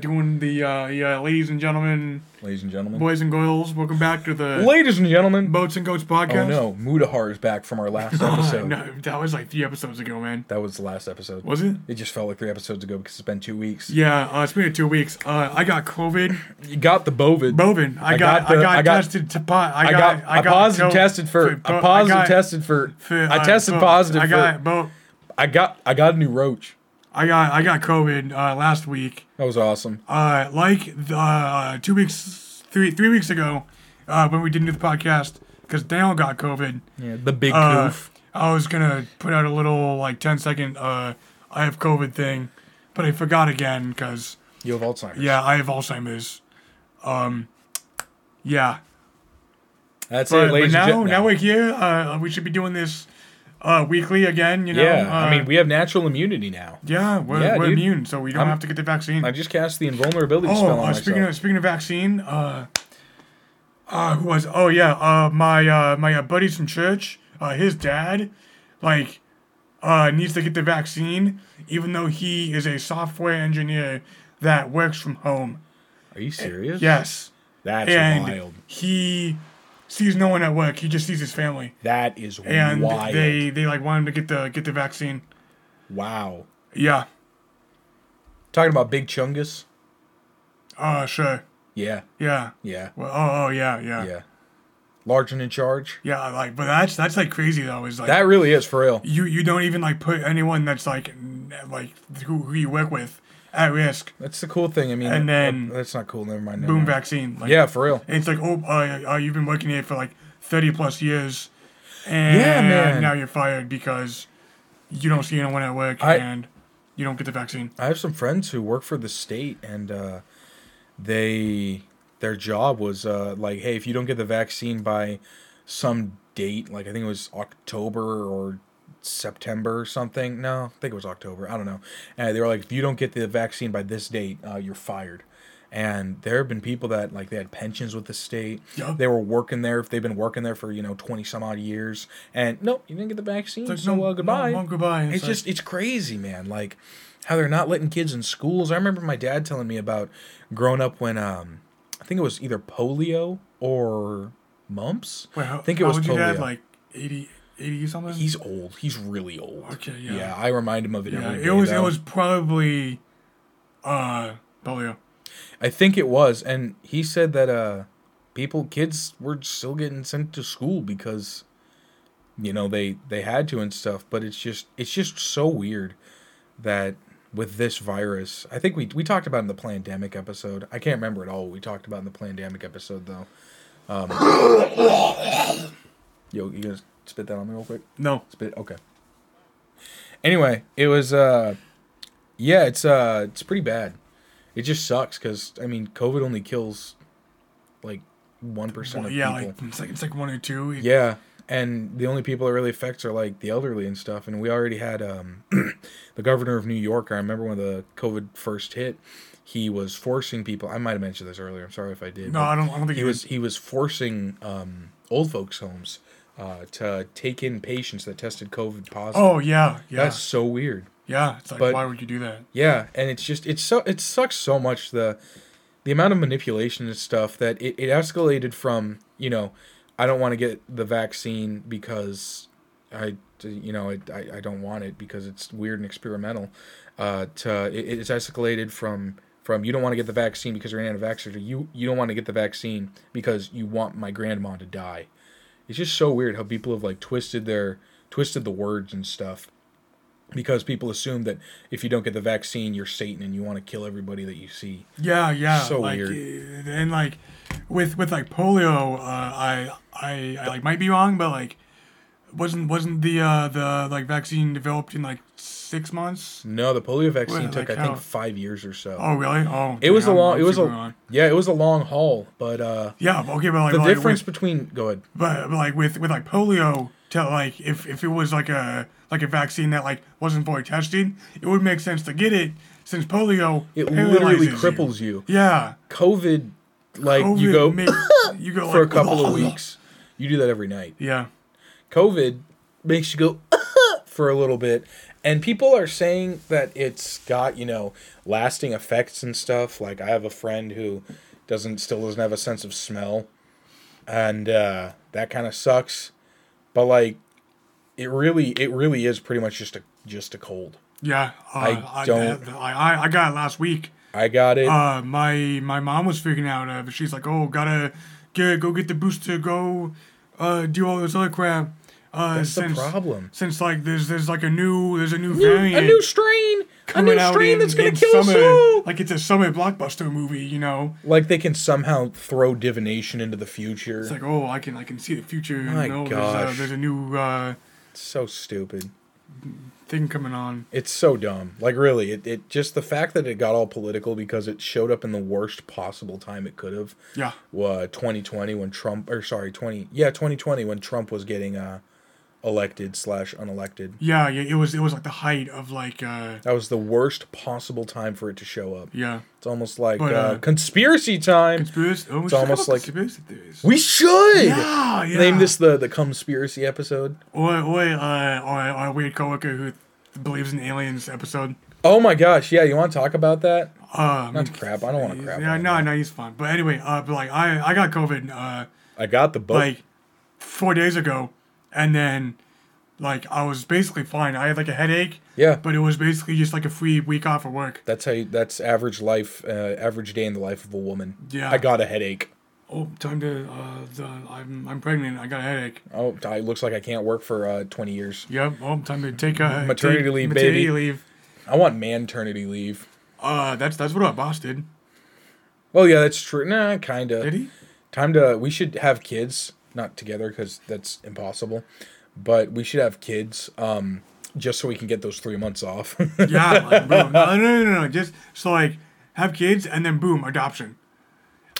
doing the uh, yeah, ladies and gentlemen, Ladies and gentlemen. boys and girls. Welcome back to the Ladies and gentlemen. Boats and Goats podcast. Oh no, Mudahar is back from our last Uh, episode. no, that was like three episodes ago, man. That was the last episode. Was it? It just felt like three episodes ago because it's been two weeks. Yeah, uh, it's been two weeks. Uh, I got COVID. You got the bovid. Bovin. I, I got, got the- I got I got- tested to po- I I got got. I, positive co- tested for. bo- I positive got- tested for. for, I uh, tested bo- positive I for. got bo- I got. I got a new roach. I got I got COVID uh, last week. That was awesome. Uh, like uh, two weeks, three three weeks ago, uh, when we didn't do the podcast because Daniel got COVID. Yeah, the big Uh, goof. I was gonna put out a little like 10 second uh, I have COVID thing, but I forgot again because You have Alzheimer's. yeah, I have Alzheimer's. Um, yeah. That's But, it, but ladies now, and gentlemen. now we're here. Uh, we should be doing this uh, weekly again. You know. yeah, uh, I mean, we have natural immunity now. yeah, we're, Yeah, we're dude. immune, so we don't I'm- have to get the vaccine. I just cast the invulnerability oh, spell on uh, speaking myself. of speaking of vaccine, uh, uh, who was? Oh yeah, uh, my uh, my uh, buddies from church. Uh, his dad, like, uh, needs to get the vaccine, even though he is a software engineer that works from home. Are you serious? Yes, That's and wild. he sees no one at work. He just sees his family. That is and wild. they they like want him to get the get the vaccine. wow. Yeah. Talking about Big Chungus. Uh sure. Yeah, Yeah. yeah, Well, oh, oh yeah, yeah, yeah. yeah. Large and in charge. Like, but that's that's like crazy though. Is like That really is for real. you you don't even like put anyone that's like n- like who, who you work with at risk. That's the cool thing. I mean, And then- uh, that's not cool. Never mind. never Boom mind. vaccine. Like, Yeah, for real. It's like oh uh, uh, you've been working here for like thirty plus years, and man. now you're fired because you don't see anyone at work I- and you don't get the vaccine. I have some friends who work for the state, and uh, they their job was uh, like, hey, if you don't get the vaccine by some date, like I think it was October or September or something. No, I think it was October. I don't know. And they were like, if you don't get the vaccine by this date, uh, you're fired. And there have been people that like they had pensions with the state. Yeah. They were working there. If they've been working there for you know twenty some odd years, and nope, you didn't get the vaccine. It's like, so no, uh, goodbye. no, no, goodbye. It's like- just it's crazy, man. Like how they're not letting kids in schools. I remember my dad telling me about growing up when um I think it was either polio or mumps. Wait, how, I think it how was old your dad? polio. Like 80, 80 something. He's old. He's really old. Okay, yeah. Yeah, I remind him of it yeah, every it day, was it though. was probably uh polio. I think it was, and he said that uh people kids were still getting sent to school because you know they they had to and stuff, but it's just it's just so weird that with this virus, I think we we talked about it in the pandemic episode. I can't remember at all what we talked about in the pandemic episode though. Um, yo, you gonna spit that on me real quick? No. Spit. Okay. Anyway, it was uh, yeah, it's uh, it's pretty bad. It just sucks because I mean, COVID only kills like one percent Well, of yeah, people. like it's like it's like one or two. It- yeah, and the only people it really affects are like the elderly and stuff. And we already had um, the governor of New York. I remember when the COVID first hit, he was forcing people. I might have mentioned this earlier. I'm sorry if I did. No, but- I don't. I don't think he it was he was forcing um, old folks homes uh, to take in patients that tested COVID positive. Oh yeah, yeah, That's so weird. yeah. It's like but- why would you do that? Yeah, and it's just it's so it sucks so much the the amount of manipulation and stuff that it, it escalated from you know I don't want to get the vaccine because I you know I, I, I don't want it because it's weird and experimental uh, to it, it's escalated from from you don't want to get the vaccine because you're an anti-vaxxer to you you don't want to get the vaccine because you want my grandma to die it's just so weird how people have like twisted their twisted the words and stuff because people assume that if you don't get the vaccine you're satan and you want to kill everybody that you see Yeah, yeah. So like, weird. uh, And like with with like polio, uh, I I I like might be wrong, but like wasn't wasn't the uh the like vaccine developed in like six months? no the polio vaccine Well, took like i think how- 5 years or so Oh really? Oh, it was dang, a I'm- long I'm it was a super wrong. yeah it was a long haul but uh Yeah, but okay, but like the but, like, difference with, between go ahead but but, like with with like polio, to like if if it was like a like a vaccine that like wasn't fully tested, it would make sense to get it since polio it literally paralyzes you. cripples you, Yeah, covid like you COVID go ma- you go for a like, couple of weeks you do that every night Yeah, COVID makes you go for a little bit, And people are saying that it's got, you know, lasting effects and stuff. Like I have a friend who doesn't still doesn't have a sense of smell. And uh that kind of sucks. But like it really it really is pretty much just a just a cold. Yeah, uh, I I don't- I, I I got it last week. I got it. Uh, my my mom was freaking out. Uh, but she's like, "Oh, gotta get go get the booster. Go uh, do all this other crap." Uh, That's the since, problem. Since like there's there's like a new there's a new, New- variant a new strain. A coming new out strain in- that's gonna in kill us summer. all. Like it's a summer blockbuster movie, you know. Like they can somehow throw divination into the future. It's like, oh, I can I can see the future. My you know, There's, gosh. a, there's a new uh, It's so stupid. thing coming on. It's so dumb. Like really, it, it just the fact that it got all political because it showed up in the worst possible time it could have. Yeah, Uh, 2020 when Trump or sorry 20 yeah 2020 when Trump was getting uh elected slash unelected. yeah, yeah. It was it was like the height of like, uh, That was the worst possible time for it to show up. yeah, It's almost like But, uh, uh, conspiracy time. conspiracy. Oh, It's it's almost almost like like- conspiracy theories. we should yeah, yeah. name this the the conspiracy episode. Or or uh, or our weird coworker who believes in aliens episode. Oh my gosh, yeah, you want to talk about that? Um, Not crap. I don't want to crap. yeah, on no, that. no, he's fine. But anyway, uh, but like I I got COVID uh I got the book. like four days ago, and then like I was basically fine. I had like a headache, yeah. but it was basically just like a free week off of work. That's how. You, that's average life. Uh, average day in the life of a woman. Yeah. I got a headache. Oh, time to uh, the, I'm I'm pregnant. I got a headache. Oh, it looks like I can't work for uh, twenty years. Yep. Oh, time to take a Maternity take leave, maternity baby. leave. I want maternity leave. Uh, that's that's what our boss did. Well, yeah, that's true. Nah, kinda. Did he? Time to. We should have kids, not together, because that's impossible. But we should have kids, um, just so we can get those three months off. Yeah. Like, bro, no, no, no, no. Just so like have kids and then boom adoption,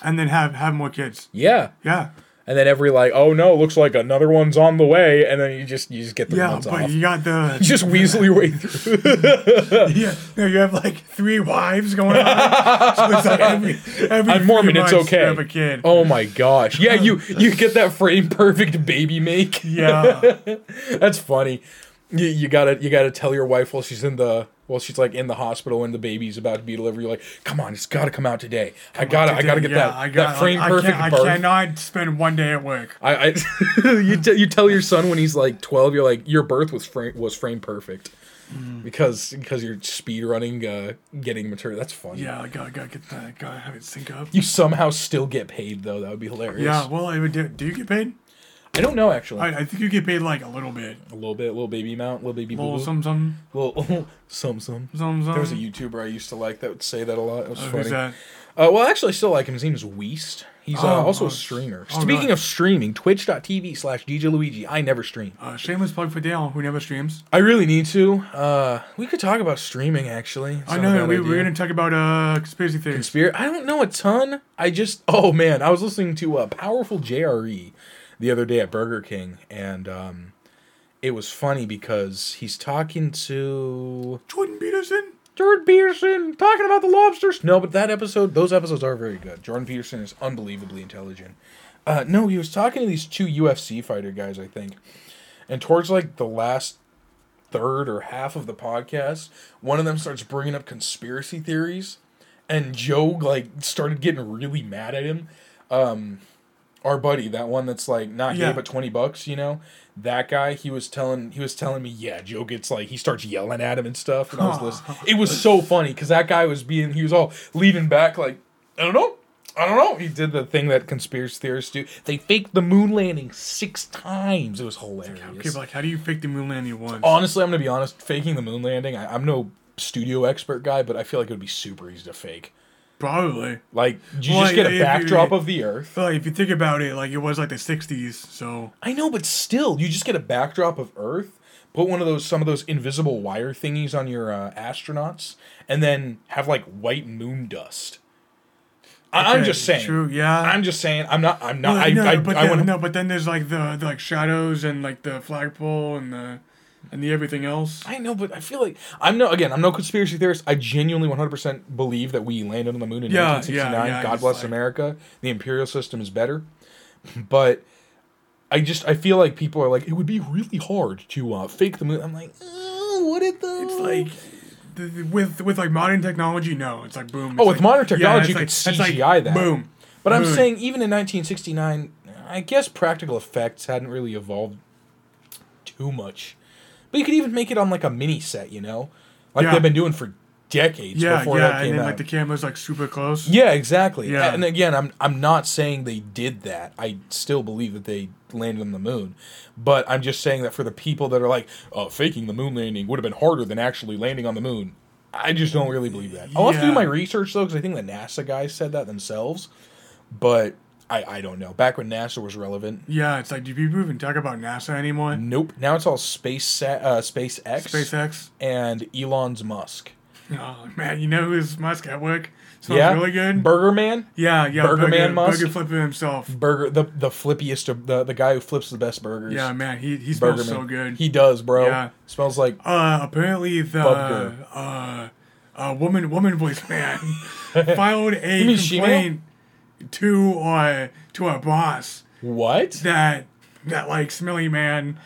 and then have have more kids. yeah. Yeah. And then every like, oh no, looks like another one's on the way, and then you just you just get the Yeah, months but off. you got the just weasel your way through. yeah. No, you have like three wives going on. so it's like every, every I'm Mormon, three it's months you okay. Have a kid. Oh my gosh. Yeah, you you get that frame perfect baby make. Yeah. That's funny. You, you gotta you gotta tell your wife while she's in the while she's like in the hospital and the baby's about to be delivered. You're like, come on, it's gotta come out today. I gotta I gotta get Yeah, that I got, that frame I can't- perfect I, birth. cannot spend one day at work. I, I you t- you tell your son when he's like twelve, you're like your birth was frame was frame perfect Mm. because because you're speed running uh, getting material. That's funny. Yeah, I gotta, gotta get that. Gotta have it sync up. You somehow still get paid though. That would be hilarious. Yeah, well, I would do, do you get paid? I don't know actually. I, I think you get paid like a little bit. a little bit, little baby amount, little baby Well, boo. some, some, Little some some. some, some. There was a YouTuber I used to like that would say that a lot. It was Um, Oh, Who's funny. that? Uh, well, actually, I still like him. His name's Weast. He's uh, Oh, also oh, a streamer. oh, Speaking God. of streaming, twitch.tv slash DJ Luigi. I never stream. Uh, shameless plug for Dale, who never streams. I really need to. Uh, we could talk about streaming, actually. It's I not a know. bad We, idea. we're gonna talk about uh conspiracy theories. Spirit. I don't know a ton. I just. Oh, man. I was listening to uh, Powerful JRE the other day at Burger King, and um, it was funny because he's talking to. Jordan Peterson. Jordan Peterson talking about the lobsters. No, but that episode, those episodes are very good. Jordan Peterson is unbelievably intelligent. Uh, no, he was talking to these two UFC fighter guys, I think. And towards like the last third or half of the podcast, one of them starts bringing up conspiracy theories, and Joe like started getting really mad at him. Um, our buddy, that one that's like not yeah. Yeah. but twenty bucks, you know, that guy. He was telling he was telling me, yeah, Joe gets like he starts yelling at him and stuff. And I was listening. It was so funny because that guy was being he was all leaning back like I don't know. I don't know. He did the thing that conspiracy theorists do. They faked the moon landing six times. It was hilarious. Okay, but like, how do you fake the moon landing once? Honestly, I'm gonna be honest. Faking the moon landing, I, I'm no studio expert guy, but I feel like it would be super easy to fake. Probably. Like you Well, just get if a you- backdrop of the Earth. But like, if you think about it, like it was like the '60s, so I know, but still, you just get a backdrop of Earth. Put one of those, some of those invisible wire thingies on your uh, astronauts, and then have like white moon dust. I, I'm Okay, just saying. True. Yeah. I'm just saying. I'm not. I'm not. Well, I, no, I, but I then, wanna- no, but then there's like the, the like shadows and like the flagpole and the and the everything else. I know, but I feel like I'm no again. I'm no conspiracy theorist. I genuinely 100% believe that we landed on the moon in Yeah, yeah, 1969. yeah, God it's bless like- America. The imperial system is better, but I just I feel like people are like it would be really hard to uh, fake the moon. I'm like, "Uh, would it though? it's like th- th- with with like modern technology, no, it's like boom. It's Oh, like, with modern technology, yeah, it's you like- could it's CGI like, that. Boom. But I'm Boom. saying even in 1969, I guess practical effects hadn't really evolved too much. But you could even make it on like a mini set, you know, like Yeah. they've been doing for decades Yeah, before yeah, that and came then out. like the camera's like super close. yeah, exactly. Yeah. And again, I'm I'm not saying they did that. I still believe that they landed on the moon, but I'm just saying that for the people that are like, oh, faking the moon landing would have been harder than actually landing on the moon. I just don't really believe that. I'll have to do Yeah. my research though, because I think the NASA guys said that themselves but I, I don't know. Back when NASA was relevant, Yeah, it's like, do people even talk about NASA anymore? nope. Now it's all space sa- uh, SpaceX, SpaceX. and Elon's Musk. Oh man, you know who's Musk at work? Smells Yeah, really good. Burger Man, yeah, yeah. Burger Man Musk? Burger flipping himself. burger the the flippiest of the the guy who flips the best burgers. Yeah, man, he he Burger smells so good. He does, bro. Yeah. Smells like uh, apparently the Bubka. uh, uh, woman woman voice man filed a mean Shemale? complaint to uh, to our boss what? that that like smelly man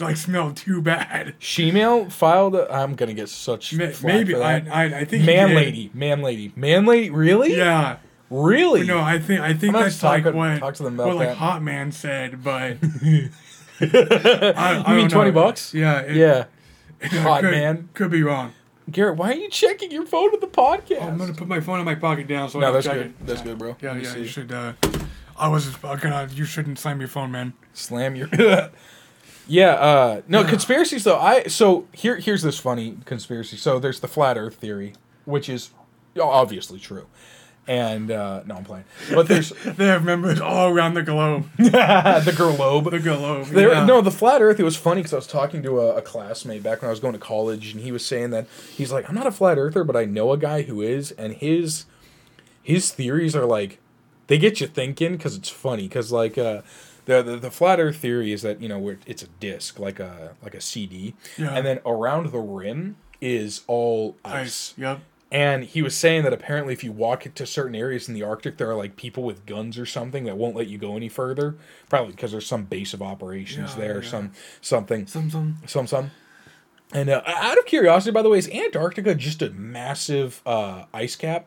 like smelled too bad. Shemale filed. A, I'm gonna get such Ma- flack Maybe for I, that. I I think he man, did. lady, man, lady, man, lady. Really? Yeah. Really? No, I think I think gonna that's talk like to- what, talk to them about what like that. Hot Man said, but I, you I mean don't twenty know. bucks? Yeah, it- Yeah. it Hot could, Man. could be wrong. Garrett, why are you checking your phone with the podcast? I'm gonna put my phone in my pocket down so I No, can that's check good. it. That's good, bro. Yeah, Let me yeah, see. you should. Uh, I was uh, gonna. You shouldn't slam your phone, man. Slam your. yeah. Uh, no conspiracies though. I so here here's this funny conspiracy. So there's the flat Earth theory, which is obviously true, and uh, no, I'm playing. But there's They have members all around the globe. the Gerlobe. The globe. There, yeah. No, the flat Earth. It was funny because I was talking to a, a classmate back when I was going to college, and he was saying that he's like, I'm not a flat earther, but I know a guy who is, and his his theories are like, they get you thinking because it's funny because like uh, the, the the flat Earth theory is that you know where it's a disc like a like a CD, Yeah. and then around the rim is all ice. Ice. Yep. And he was saying that apparently, if you walk into certain areas in the Arctic, there are like people with guns or something that won't let you go any further. Probably because there's some base of operations Yeah, there, or yeah. some something, Some some. some some. And uh, out of curiosity, by the way, is Antarctica just a massive uh, ice cap,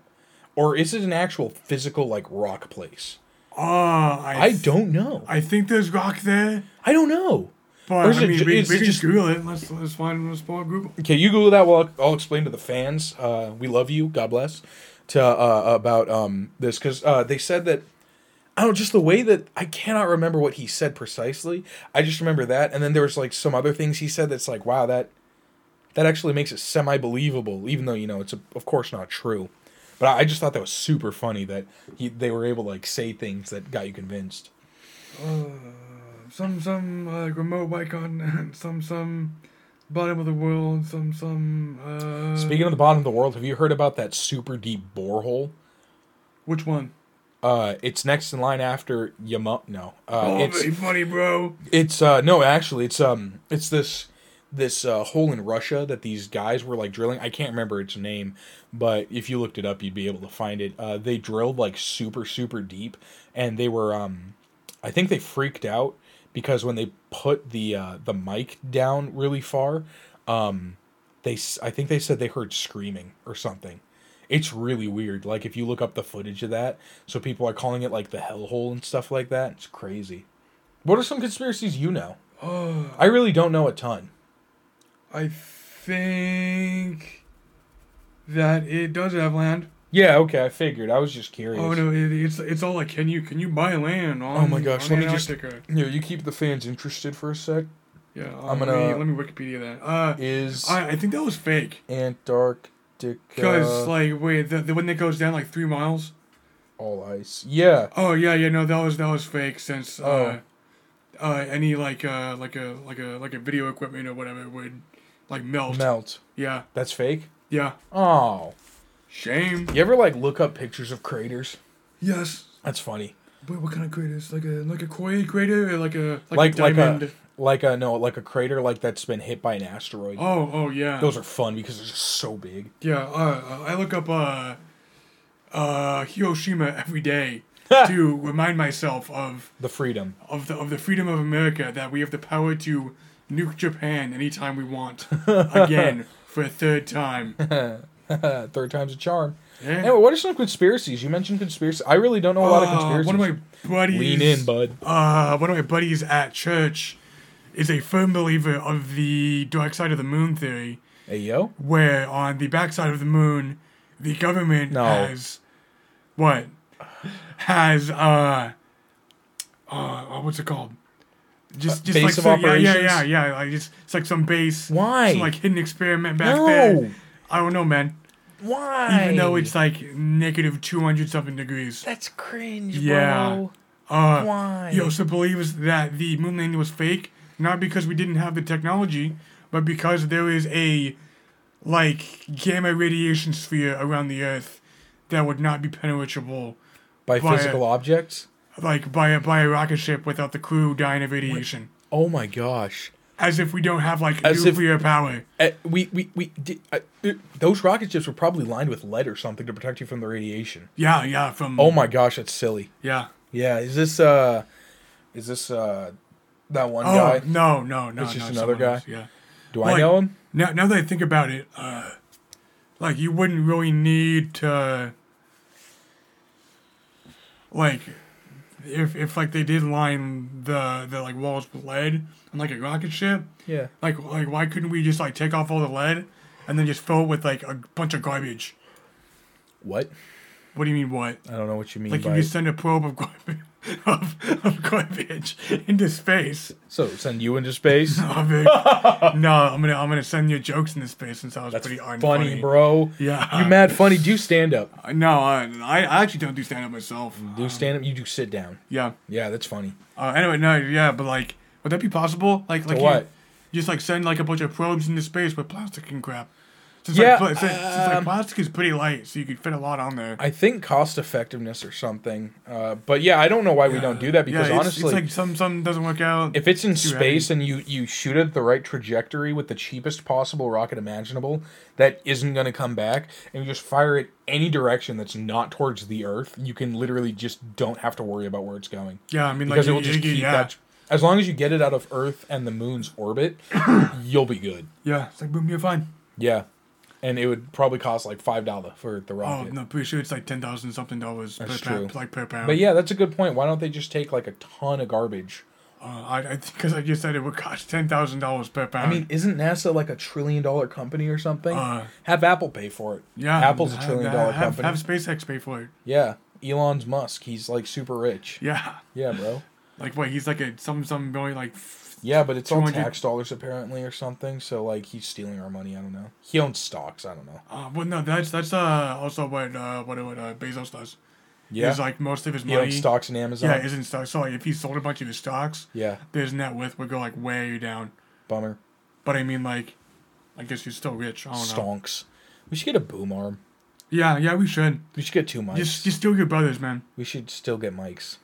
or is it an actual physical like rock place? Oh, I. I don't know. I think there's rock there, I don't know. Or but is I it mean, ju- we, we is it can just- Google it. Let's let's find let's pull up Google. Okay, you Google that. Well, I'll, I'll explain to the fans. Uh, we love you. God bless. To uh, about um, this because uh, they said that I don't just the way that I cannot remember what he said precisely. I just remember that, and then there was like some other things he said that's like, wow, that that actually makes it semi believable, even though you know it's of course not true. But I, I just thought that was super funny that he, they were able to like say things that got you convinced. Some some uh, remote icon. Some some bottom of the world. Some some. Uh, Speaking of the bottom of the world, have you heard about that super deep borehole? Which one? Uh, it's next in line after Yama. No, uh, oh, it's very funny, bro. it's uh, no, actually, it's um, it's this this uh, hole in Russia that these guys were like drilling. I can't remember its name, but if you looked it up, you'd be able to find it. Uh, they drilled like super super deep, and they were um, I think they freaked out because when they put the uh, the mic down really far, um, they s- I think they said they heard screaming or something. It's really weird. Like if you look up the footage of that, so people are calling it like the hellhole and stuff like that. It's crazy. What are some conspiracies you know? Oh, I really don't know a ton. I think that it does have land. Yeah, okay, I figured. I was just curious. Oh no, it, it's it's all like can you can you buy land on? Oh my gosh, on let me just- Antarctica? Here, you keep the fans interested for a sec. Yeah, um, Let I'm me, gonna- let me Wikipedia that. Uh, Is I, I think that was fake. Antarctica Cause like wait, the, the one that goes down like three miles. all ice? Yeah. Oh yeah, yeah, no, that was that was fake. Since uh, Oh. uh, any like uh like a like a like a video equipment or whatever would like melt. Melt. Yeah, That's fake? yeah. Oh. Shame. You ever like look up pictures of craters? Yes. That's funny. Wait, what kind of crater? Is it like a like a koi crater or like a like, Like a like diamond? a like a no, like a crater like that's been hit by an asteroid. Oh, oh yeah. Those are fun because they're just so big. Yeah, uh, I look up uh, uh, Hiroshima every day to remind myself of The freedom. of the of the freedom of America that we have the power to nuke Japan anytime we want again for a third time. Third time's a charm. Yeah. Anyway, what are some conspiracies? You mentioned conspiracy. I really don't know a lot of Uh, conspiracies. one of my buddies. Lean in, bud. Uh, one of my buddies at church is a firm believer of the dark side of the moon theory, Hey yo, where on the backside of the moon, the government No. has what has uh, uh, what's it called? Just, just base like of some- yeah, yeah, yeah, operations? yeah. Like it's, it's like some base, Why? some like hidden experiment back No. there. I don't know, man. why? Even though it's like negative two hundred something degrees. that's cringe, Yeah. bro. Uh, Why? He also believes that the moon landing was fake, not because we didn't have the technology, but because there is a like gamma radiation sphere around the Earth that would not be penetrable by why- physical objects. like by a by a rocket ship without the crew dying of radiation. Oh my gosh. As if we don't have like As if- nuclear power. Uh, we we we di uh, uh, those rocket ships were probably lined with lead or something to protect you from the radiation. Yeah, yeah, from Oh my gosh, that's silly. yeah. Yeah, is this uh, is this uh, that one Oh guy? no, no, no, It's just no, another someone guy? else, Yeah. Do I like- know him? Now, now that I think about it, uh, like you wouldn't really need to, like, if if like they did line the the like walls with lead on like a rocket ship, Yeah. like like why couldn't we just like take off all the lead and then just fill it with like a bunch of garbage? What? What do you mean what? I don't know what you mean Like you by. could send a probe of garbage of, of garbage into space. So send you into space. Oh, big- no, I'm gonna I'm gonna send you jokes into space since I was That's pretty funny, unfunny. bro. Yeah. You mad funny? Do stand up. Uh, No, I, I I actually don't do stand up myself. Do stand up. You do sit down. Yeah. Yeah, that's funny. Uh, anyway, no, yeah, but like, would that be possible? Like, like what? You, just like send like a bunch of probes into space with plastic and crap. Since Yeah, like, pla- since, since, like um, plastic is pretty light, so you could fit a lot on there. I think cost effectiveness or something. Uh, but yeah, I don't know why we don't do that because yeah, it's, honestly, it's like some some doesn't work out. if it's in too space and you you shoot it the right trajectory with the cheapest possible rocket imaginable that isn't going to come back and you just fire it any direction that's not towards the earth you can literally just don't have to worry about where it's going yeah, I mean, like because it will you- just you- keep yeah, that as long as you get it out of earth and the moon's orbit you'll be good yeah. It's like boom, you're fine. yeah and it would probably cost like five dollar for the Oh rocket no, pretty sure it's like ten thousand something dollars per That's pound, true. like per pound. but yeah that's a good point why don't they just take like a ton of garbage uh, I I because I just said it would cost ten thousand dollars per pound. I mean, isn't NASA like a trillion dollar company or something? Uh, have Apple pay for it. yeah, Apple's a have- trillion dollar have, company. Have SpaceX pay for it. yeah, Elon's Musk. He's like super rich. Yeah. Yeah, bro. Like what? He's like a some some going like f- Yeah, but it's all 200 tax dollars apparently or something. So like he's stealing our money. I don't know. He owns stocks. I don't know. uh, well no that's that's uh also what uh what what uh, Bezos does. Yeah, Is like most of his he money. owns stocks in Amazon. yeah, isn't stocks. So like, if he sold a bunch of his stocks, yeah, his net worth would go like way down. bummer. But I mean like, I guess he's still rich. I don't know. Stonks. We should get a boom arm. Yeah, yeah, we should. We should get two mics. Just just steal your brothers, man. we should still get mics,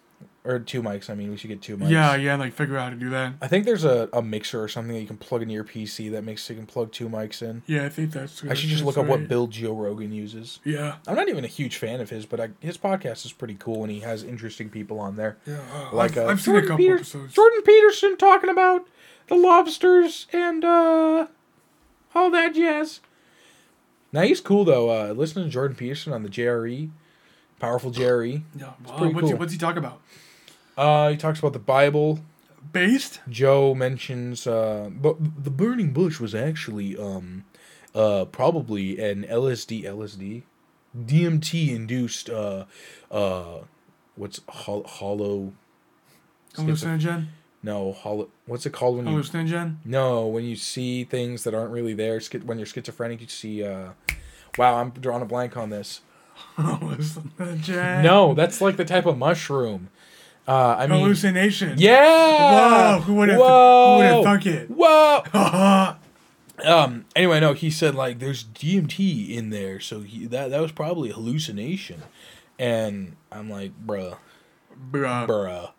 or two mics. I mean, we should get two mics. Yeah, yeah, like figure out how to do that. I think there's a, a mixer or something that you can plug into your PC that makes so you can plug two mics in. Yeah, I think that's. I should just that's look up what right. build Joe Rogan uses. Yeah. I'm not even a huge fan of his, but I, his podcast is pretty cool, and he has interesting people on there. Yeah, uh, I've, Like uh, I've seen a couple Peter- episodes. Jordan Peterson talking about the lobsters and uh, all that jazz. Now he's cool though. Uh, listen to Jordan Peterson on the JRE, powerful JRE. Yeah, wow, pretty what's, he, cool. what's he talk about? Uh, he talks about the Bible. Based? Joe mentions uh, but the burning bush was actually um, uh, probably an LSD, LSD, DMT induced uh, uh, what's hol- hollow? schizo- Hallucinogen? no, hollow. What's it called when you? Hallucinogen? No, when you see things that aren't really there. Schi- when you're schizophrenic, you see. Uh, wow, I'm drawing a blank on this. Hallucinogen. No, that's like the type of mushroom. Uh, I mean, Hallucination. yeah. Whoa, who would have who Whoa! would have thunk it? Whoa. Haha. Um. Anyway, no, he said like there's DMT in there, so he, that that was probably a hallucination, and I'm like, bruh, Bruh. bruh,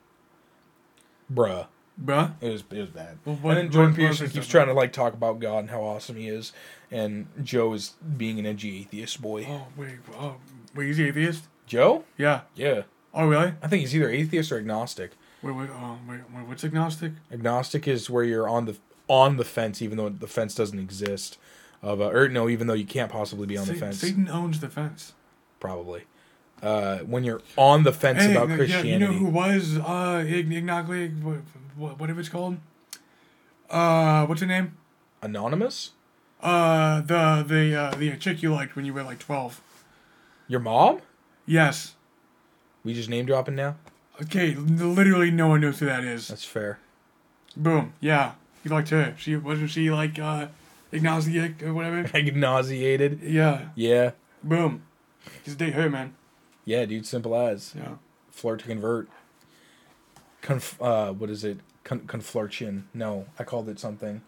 bruh. Bruh. It was it was bad. Well, what- and then Jordan what- what Peterson was keeps it? trying to like talk about God and how awesome he is, and Joe is being an edgy atheist boy. Oh wait. Oh wait. Is he atheist? Joe? Yeah. Yeah, Oh really? I think he's either atheist or agnostic. Wait. Wait. Oh wait. wait what's agnostic? Agnostic is where you're on the on the fence, even though the fence doesn't exist. of uh, or no, even though you can't possibly be on the Sa- fence, Satan owns the fence. probably. Uh, when you're on the fence Hey, about yeah, Christianity, you know who was uh, Ign- Ignacle, wh- wh- whatever it's called? Uh, what's her name? anonymous, Uh, the the uh, the chick you liked when you were like twelve. your mom. Yes. We just name dropping now. Okay. Literally, no one knows who that is. That's fair. Boom. Yeah, you liked her. She wasn't she like uh, Ignacle or whatever. Like nauseated. Yeah. Yeah, Boom. Just date her, man. yeah, dude. Simple as Yeah. flirt to convert. Conf- uh, what is it? Con- conflirtion. No, I called it something.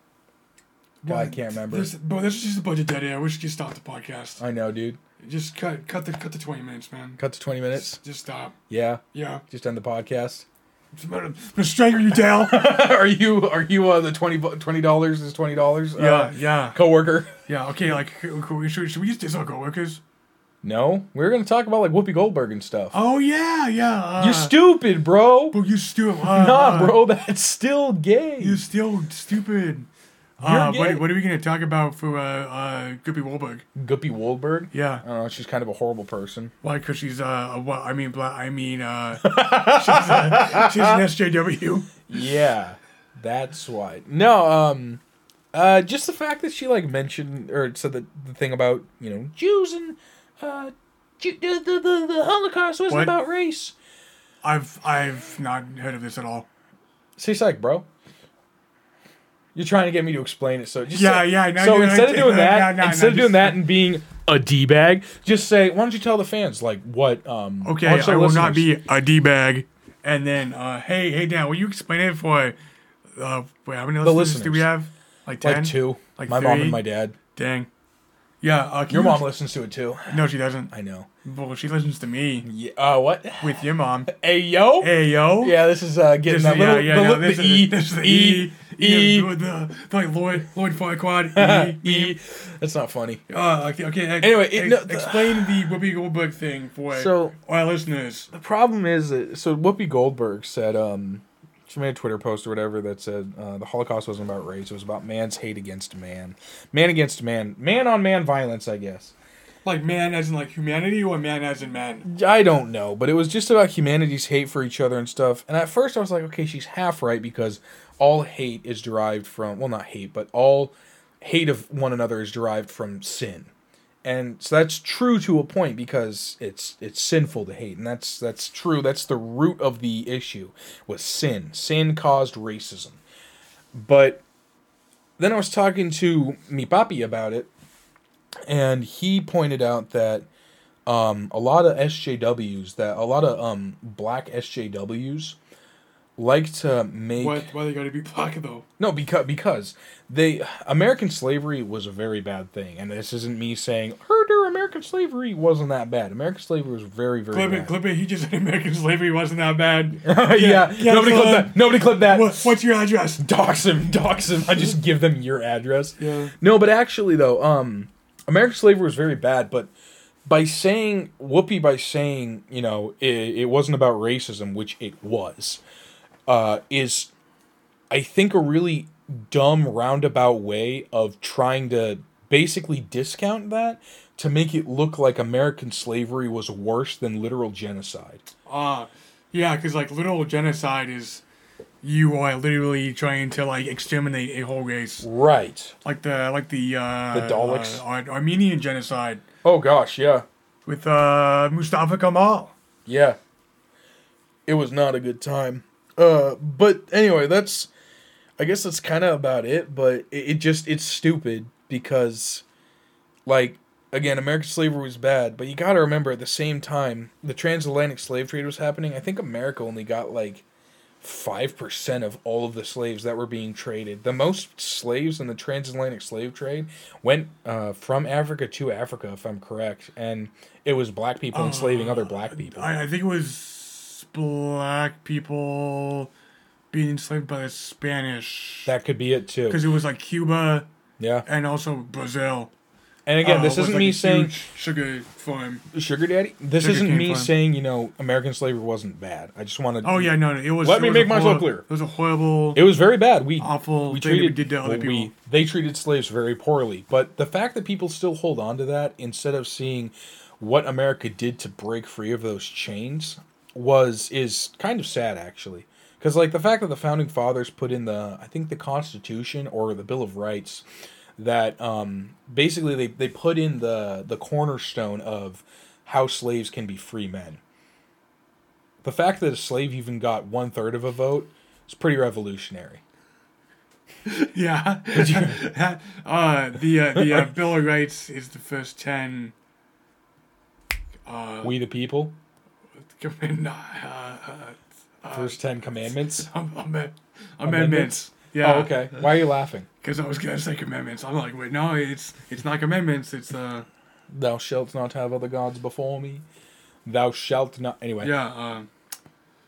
God, I can't remember. This, bro, this is just a bunch of dead air. We should just stop the podcast. I know, dude. Just cut, cut the, cut the twenty minutes, man. Cut to twenty minutes. Just, just stop. Yeah, Yeah. just end the podcast. I'm gonna, I'm gonna strangle you down. are you are you uh, the 20 dollars is twenty dollars? uh, yeah, yeah, coworker. yeah. Okay, like, c- c- should, should we just diss our coworkers? No, we were gonna talk about like Whoopi Goldberg and stuff. Oh yeah, yeah. Uh, You're stupid, bro. bro, you stupid. Uh, Nah, uh, bro, that's still gay. You still stupid. You're Uh, gay. what, what are we gonna talk about for uh, uh, Guppy Wahlberg? Guppy Goldberg. Yeah. I don't know. She's kind of a horrible person. Why? Because she's uh, a, wha- I mean, black. I mean, uh, she's, uh, she's an SJW. Yeah, that's why. No, um, uh, just the fact that she like mentioned or said the, the thing about you know Jews and uh, Ju- the, the the the Holocaust wasn't What? about race. I've I've not heard of this at all. Say psych, bro. You're trying to get me to explain it, so just Yeah, say- yeah, no, so you're- instead of doing that, no, no, no, instead of doing just- that and being a d bag, just say, why don't you tell the fans like what? Um, Okay, why don't you I tell will not listeners?" be a d bag. And then, uh, hey, hey, Dan, will you explain it for? Uh, wait, how many listeners, do we listeners. have? Like ten. like two. Like my mom three? and my dad. Dang. Yeah. Uh, can Your you- mom listens to it too. No, she doesn't. I know. Well, she listens to me Yeah. Uh, what? with your mom. Hey yo. Hey yo. Yeah, this is uh, getting This, that yeah, little, yeah, the, no, li- this the is, e, this is the e, E, e, yeah, the, the, like Lloyd, Lloyd Farquaad, E, E. E. That's not funny. Uh, okay, okay. ex- Anyway, it- ex- no, the- explain the Whoopi Goldberg thing for So- our listeners. The problem is, that, so Whoopi Goldberg said, um, she made a Twitter post or whatever that said uh, the Holocaust wasn't about race; it was about man's hate against man, man against man, man on man violence. I guess Like man as in like humanity or man as in man? I don't know, but it was just about humanity's hate for each other and stuff. And at first, I was like, okay, she's half right because all hate is derived from well, not hate, but all hate of one another is derived from sin. and so that's true to a point because it's it's sinful to hate and that's that's true that's the root of the issue was sin sin caused racism but then i was talking to mi papi about it and he pointed out that um, a lot of sjws that a lot of um, black sjws like to make What? Why they gotta be black though? no, because because they American slavery was a very bad thing, and this isn't me saying herder American slavery wasn't that bad. American slavery was very very Clip it, bad. clip it. He just said American slavery wasn't that bad. yeah, yeah, nobody go clipped on. that. Nobody clipped that. what, what's your address? Dox him, dox him. I just give them your address. Yeah. No, but actually though, um, American slavery was very bad. But by saying Whoopi, by saying you know it, it wasn't about racism, which it was, uh, is I think a really dumb roundabout way of trying to basically discount that to make it look like American slavery was worse than literal genocide. Uh, yeah, because like literal genocide is you are literally trying to like exterminate a whole race, Right. like the like the uh, The Daleks? uh, Ar- Armenian genocide Oh gosh, yeah. with uh, Mustafa Kemal. Yeah. It was not a good time. Uh but anyway, that's I guess that's kind of about it, but it, it just it's stupid because like again, American slavery was bad, but you got to remember at the same time the transatlantic slave trade was happening. I think America only got like 5% of all of the slaves that were being traded. The most slaves in the transatlantic slave trade went uh, from Africa to Africa, if I'm correct. And it was black people enslaving other black people. I, I think it was black people being enslaved by the Spanish That could be it too. because it was like Cuba Yeah. and also Brazil. And again, uh, this was isn't like me a saying huge sugar farm. sugar daddy. This Sugar isn't cane me farm. saying you know American slavery wasn't bad. I just want to. Oh yeah, no, no, it was. Let it me was make a myself horri- clear. It was a horrible, It was very bad. We awful we thing that we treated did to other well, we- people. they treated slaves very poorly. But the fact that people still hold on to that instead of seeing what America did to break free of those chains was is kind of sad actually. Because like the fact that the founding fathers put in the I think the Constitution or the Bill of Rights that um, basically they, they put in the the cornerstone of how slaves can be free men. The fact that a slave even got one third of a vote is pretty revolutionary. yeah. uh, the uh, the uh, Bill of Rights is the first ten. Uh, We the people. command- uh, uh, First Ten Commandments. um, amend- Amendments? amendments. Yeah. Oh, okay. Why are you laughing? Because I was gonna say commandments. I'm like, wait, no, it's it's not commandments. It's uh, Thou shalt not have other gods before me. Thou shalt not. Anyway, yeah, uh,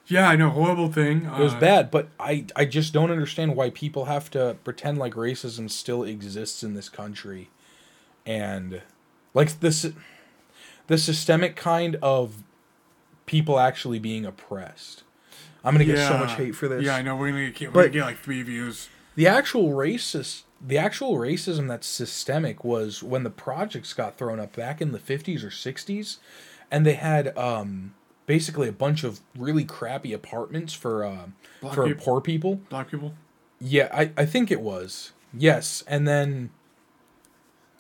yeah. I know, horrible thing. Uh, it was bad, but I I just don't understand why people have to pretend like racism still exists in this country, and like this the systemic kind of people actually being oppressed. I'm gonna get so Yeah. much hate for this. Yeah, I know. We're gonna get, we're But- gonna get like three views. The actual racist, the actual racism that's systemic was when the projects got thrown up back in the 50s or 60s, and they had um, basically a bunch of really crappy apartments for uh, Black for people. poor people. Black people. Yeah, I, I think it was. Yes, and then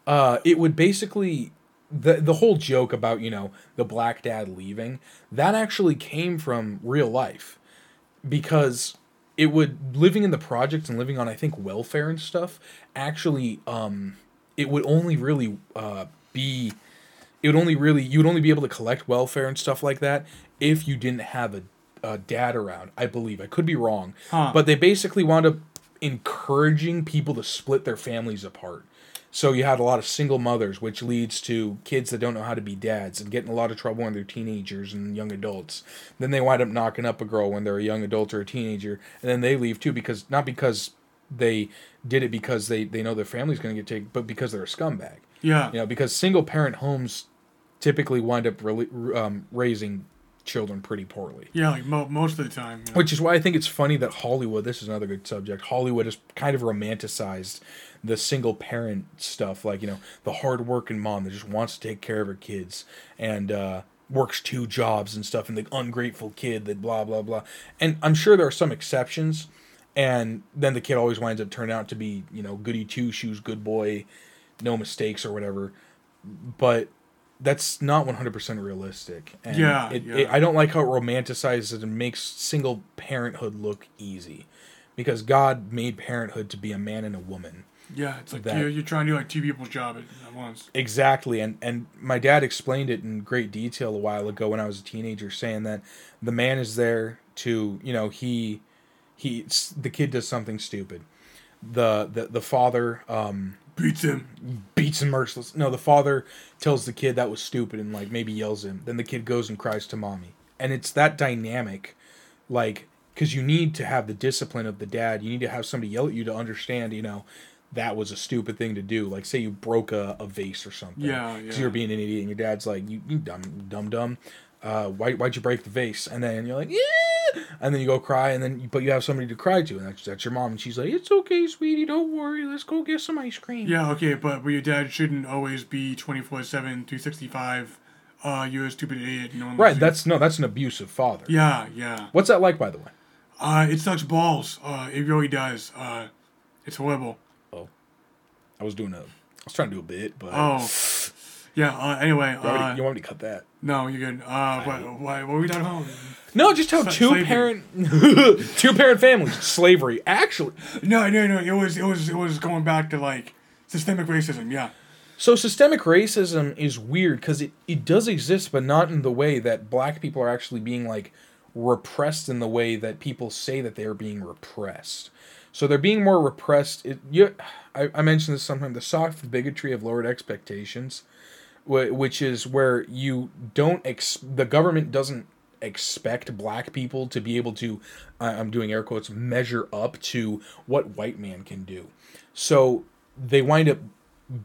uh it would basically the the whole joke about, you know, the black dad leaving, that actually came from real life because it would living in the projects and living on I think welfare and stuff actually um it would only really uh be it would only really you would only be able to collect welfare and stuff like that if you didn't have a, a dad around i believe i could be wrong Huh. but they basically wound up encouraging people to split their families apart so you had a lot of single mothers which leads to kids that don't know how to be dads and get in a lot of trouble when they're teenagers and young adults then they wind up knocking up a girl when they're a young adult or a teenager and then they leave too because not because they did it because they, they know their family's going to get taken but because they're a scumbag Yeah. you know because single parent homes typically wind up really, um, raising children pretty poorly Yeah, like mo- most of the time. you know. which is why i think it's funny that hollywood this is another good subject hollywood has kind of romanticized the single parent stuff like you know the hard working mom that just wants to take care of her kids and uh works two jobs and stuff and the ungrateful kid that blah blah blah and i'm sure there are some exceptions and then the kid always winds up turning out to be you know goody two shoes good boy no mistakes or whatever but that's not 100% realistic and Yeah, it, yeah. It, i don't like how it romanticizes it and makes single parenthood look easy because god made parenthood to be a man and a woman yeah, it's like that- you're, you're trying to do like two people's job at, at once. Exactly, and and my dad explained it in great detail a while ago when I was a teenager, saying that the man is there to you know he he s- the kid does something stupid, the the the father um Beats him. beats him merciless. No, the father tells the kid that was stupid and like maybe yells at him. Then the kid goes and cries to mommy, and it's that dynamic, like because you need to have the discipline of the dad. You need to have somebody yell at you to understand. You know. That was a stupid thing to do. Like, say you broke a, a vase or something Yeah, because yeah. you're being an idiot, and your dad's like, "You, you dumb, dumb, dumb. Uh, why, why'd you break the vase?" And then you're like, "Yeah," and then you go cry, and then you, but you have somebody to cry to, and that's, that's your mom, and she's like, "It's okay, sweetie, don't worry. Let's go get some ice cream." Yeah, okay, but, but your dad shouldn't always be 24 7, 365. Uh, you're a stupid idiot. No one Right. loves you. That's no. That's an abusive father. Yeah, yeah. What's that like, by the way? Uh, it sucks balls. Uh, it really does. Uh, it's horrible. I was doing a. I was trying to do a bit, but Oh. Yeah, uh, anyway. you, want me, Uh, you want me to cut that? no, you're good. Uh, what, what, what were we talking about? No, just how two slavery. parent, two parent families, slavery. Actually, No, no, no. It was, it was, it was going back to like systemic racism. Yeah. So systemic racism is weird because it, it does exist, but not in the way that black people are actually being like repressed in the way that people say that they are being repressed. So they're being more repressed. It, you, I, I mentioned this sometime. The soft bigotry of lowered expectations, wh- which is where you don't ex- the government doesn't expect black people to be able to I- i'm doing air quotes measure up to what white man can do so they wind up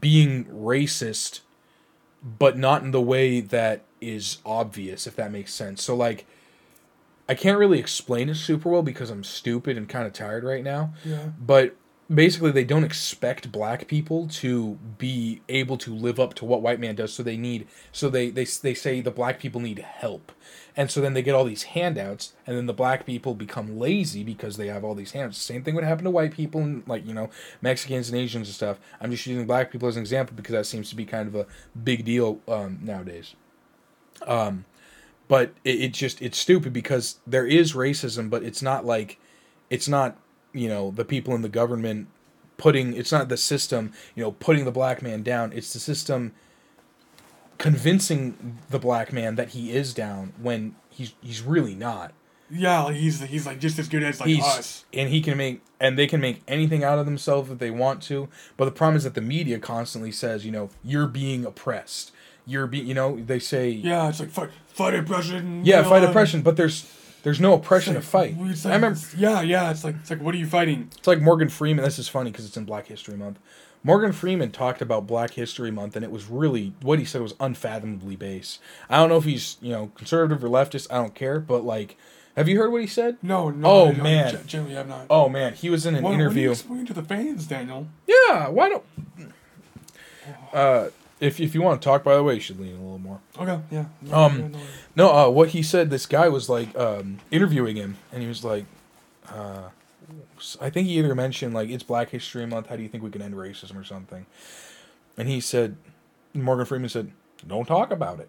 being racist, but not in the way that is obvious, if that makes sense. So like I can't really explain it super well because I'm stupid and kind of tired right now. Yeah. But basically they don't expect black people to be able to live up to what white man does so they need so they they, they say the black people need help and so then they get all these handouts and then the black people become lazy because they have all these handouts same thing would happen to white people and like you know mexicans and asians and stuff i'm just using black people as an example because that seems to be kind of a big deal um, nowadays um, but it, it just it's stupid because there is racism but it's not like it's not you know the people in the government putting it's not the system you know putting the black man down it's the system convincing the black man that he is down when he's he's really not Yeah, like he's he's like just as good as like he's us. and he can make and they can make anything out of themselves if they want to but the problem is that the media constantly says you know you're being oppressed you're being you know they say Yeah, it's like fight, fight oppression. yeah you know, fight um, oppression but there's there's no it's oppression like- to fight it's i like- remember Yeah, yeah. It's like it's like what are you fighting? It's like Morgan Freeman. This is funny because it's in Black History Month. Morgan Freeman talked about Black History Month, and it was really what he said was unfathomably base. I don't know if he's you know conservative or leftist. I don't care, but like, have you heard what he said? No, no. Oh, no, man. J- Jimmy, I'm not. Oh man, he was in an What- what do you interview. explain to the fans, Daniel. yeah, why don't? Uh, if if you want to talk, by the way, you should lean in a little more. Okay, yeah. No, Um, yeah, no. No, uh, what he said, this guy was like um, interviewing him, and he was like, uh, I think he either mentioned like it's Black History Month. How do you think we can end racism or something? And he said, Morgan Freeman said, don't talk about it.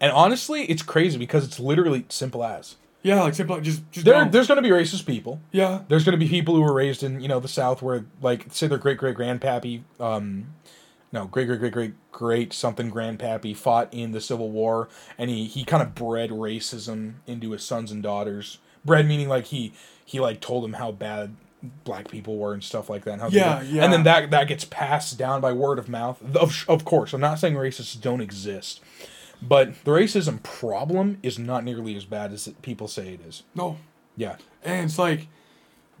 And honestly, it's crazy because it's literally simple as yeah, like simple. Just, just there. don't. There's going to be racist people. yeah, There's going to be people who were raised in you know the South where like say their great great grandpappy, um, no great great great great great something grandpappy fought in the Civil War and he he kind of bred racism into his sons and daughters. Bred meaning like he he like told them how bad black people were and stuff like that. And how they Yeah, were. yeah. And then that that gets passed down by word of mouth. Of of course, I'm not saying racists don't exist. But the racism problem is not nearly as bad as it- people say it is. no. Yeah. And it's like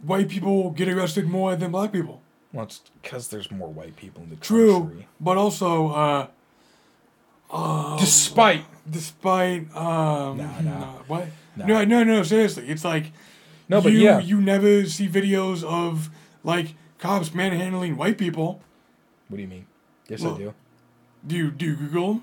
white people get arrested more than black people. Well, it's because there's more white people in the True, country. but also, uh, Oh. Despite despite um, Nah, nah. nah, what? Nah. No, no, no. Seriously, it's like no, but you yeah, you never see videos of like cops manhandling white people. what do you mean? Yes, Well, I do. Do you do you Google? 'em?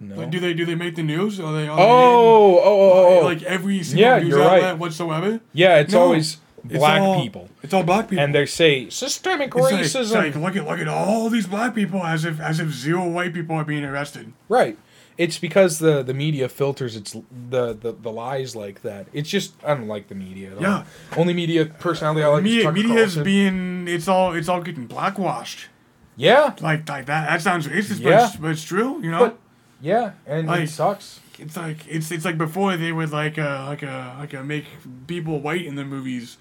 No. Like, do they do they make the news? Are they? Are oh, oh, oh, they oh. in, like every single Yeah, news you're outlet right. whatsoever. yeah, it's no, always It's black all- people, It's all black people. and they say systemic It's like- it's racism. Like, look at look at all these black people as if as if zero white people are being arrested. Right. It's because the the media filters its l- the, the the lies like that. It's just I don't like the media. At all. Yeah. Only media personality I like is Media, Tucker media is Carlson. being it's all it's all getting blackwashed. yeah. Like like that that sounds racist, but, Yeah. it's, but it's true. You know, But yeah, and Like- it sucks. it's like it's it's like before they would like uh like uh like uh, make people white in the movies,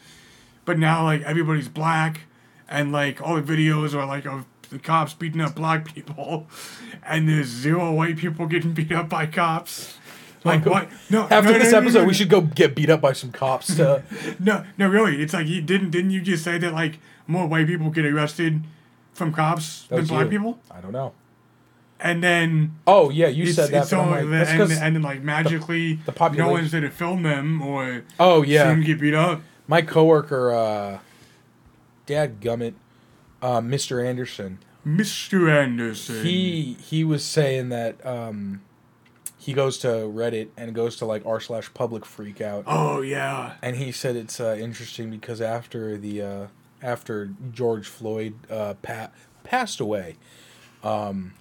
but now like everybody's black, and like all the videos are like of the cops beating up black people, and there's zero white people getting beat up by cops. Like Michael, what? No. After no, no, this no, episode, no, we no. should go get beat up by some cops to No, no, really. It's like you didn't didn't you just say that like more white people get arrested from cops That than was black you. people, I don't know. and then Oh yeah, you it's, said that. it's but I'm only like, the, that's and, 'cause- and then like magically the population- no one's there to film them or oh yeah. see yeah, them get beat up. my coworker, uh, Dad Gummit, uh, Mr. Anderson. Mr. Anderson. He he was saying that um, he goes to Reddit and goes to like r slash public freakout, Oh yeah. and he said it's uh, interesting because after the uh, after George Floyd uh, pa- passed away, um,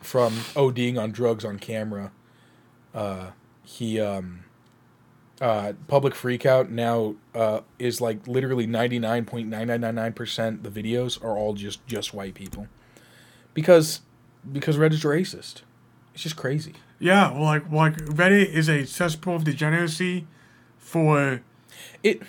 from ODing on drugs on camera, uh, he um, uh, public freakout now uh, is like literally ninety nine point nine nine nine nine percent. The videos are all just just white people, because because Reddit's racist. It's just crazy. Yeah. Well, like like Reddit is a cesspool of degeneracy for It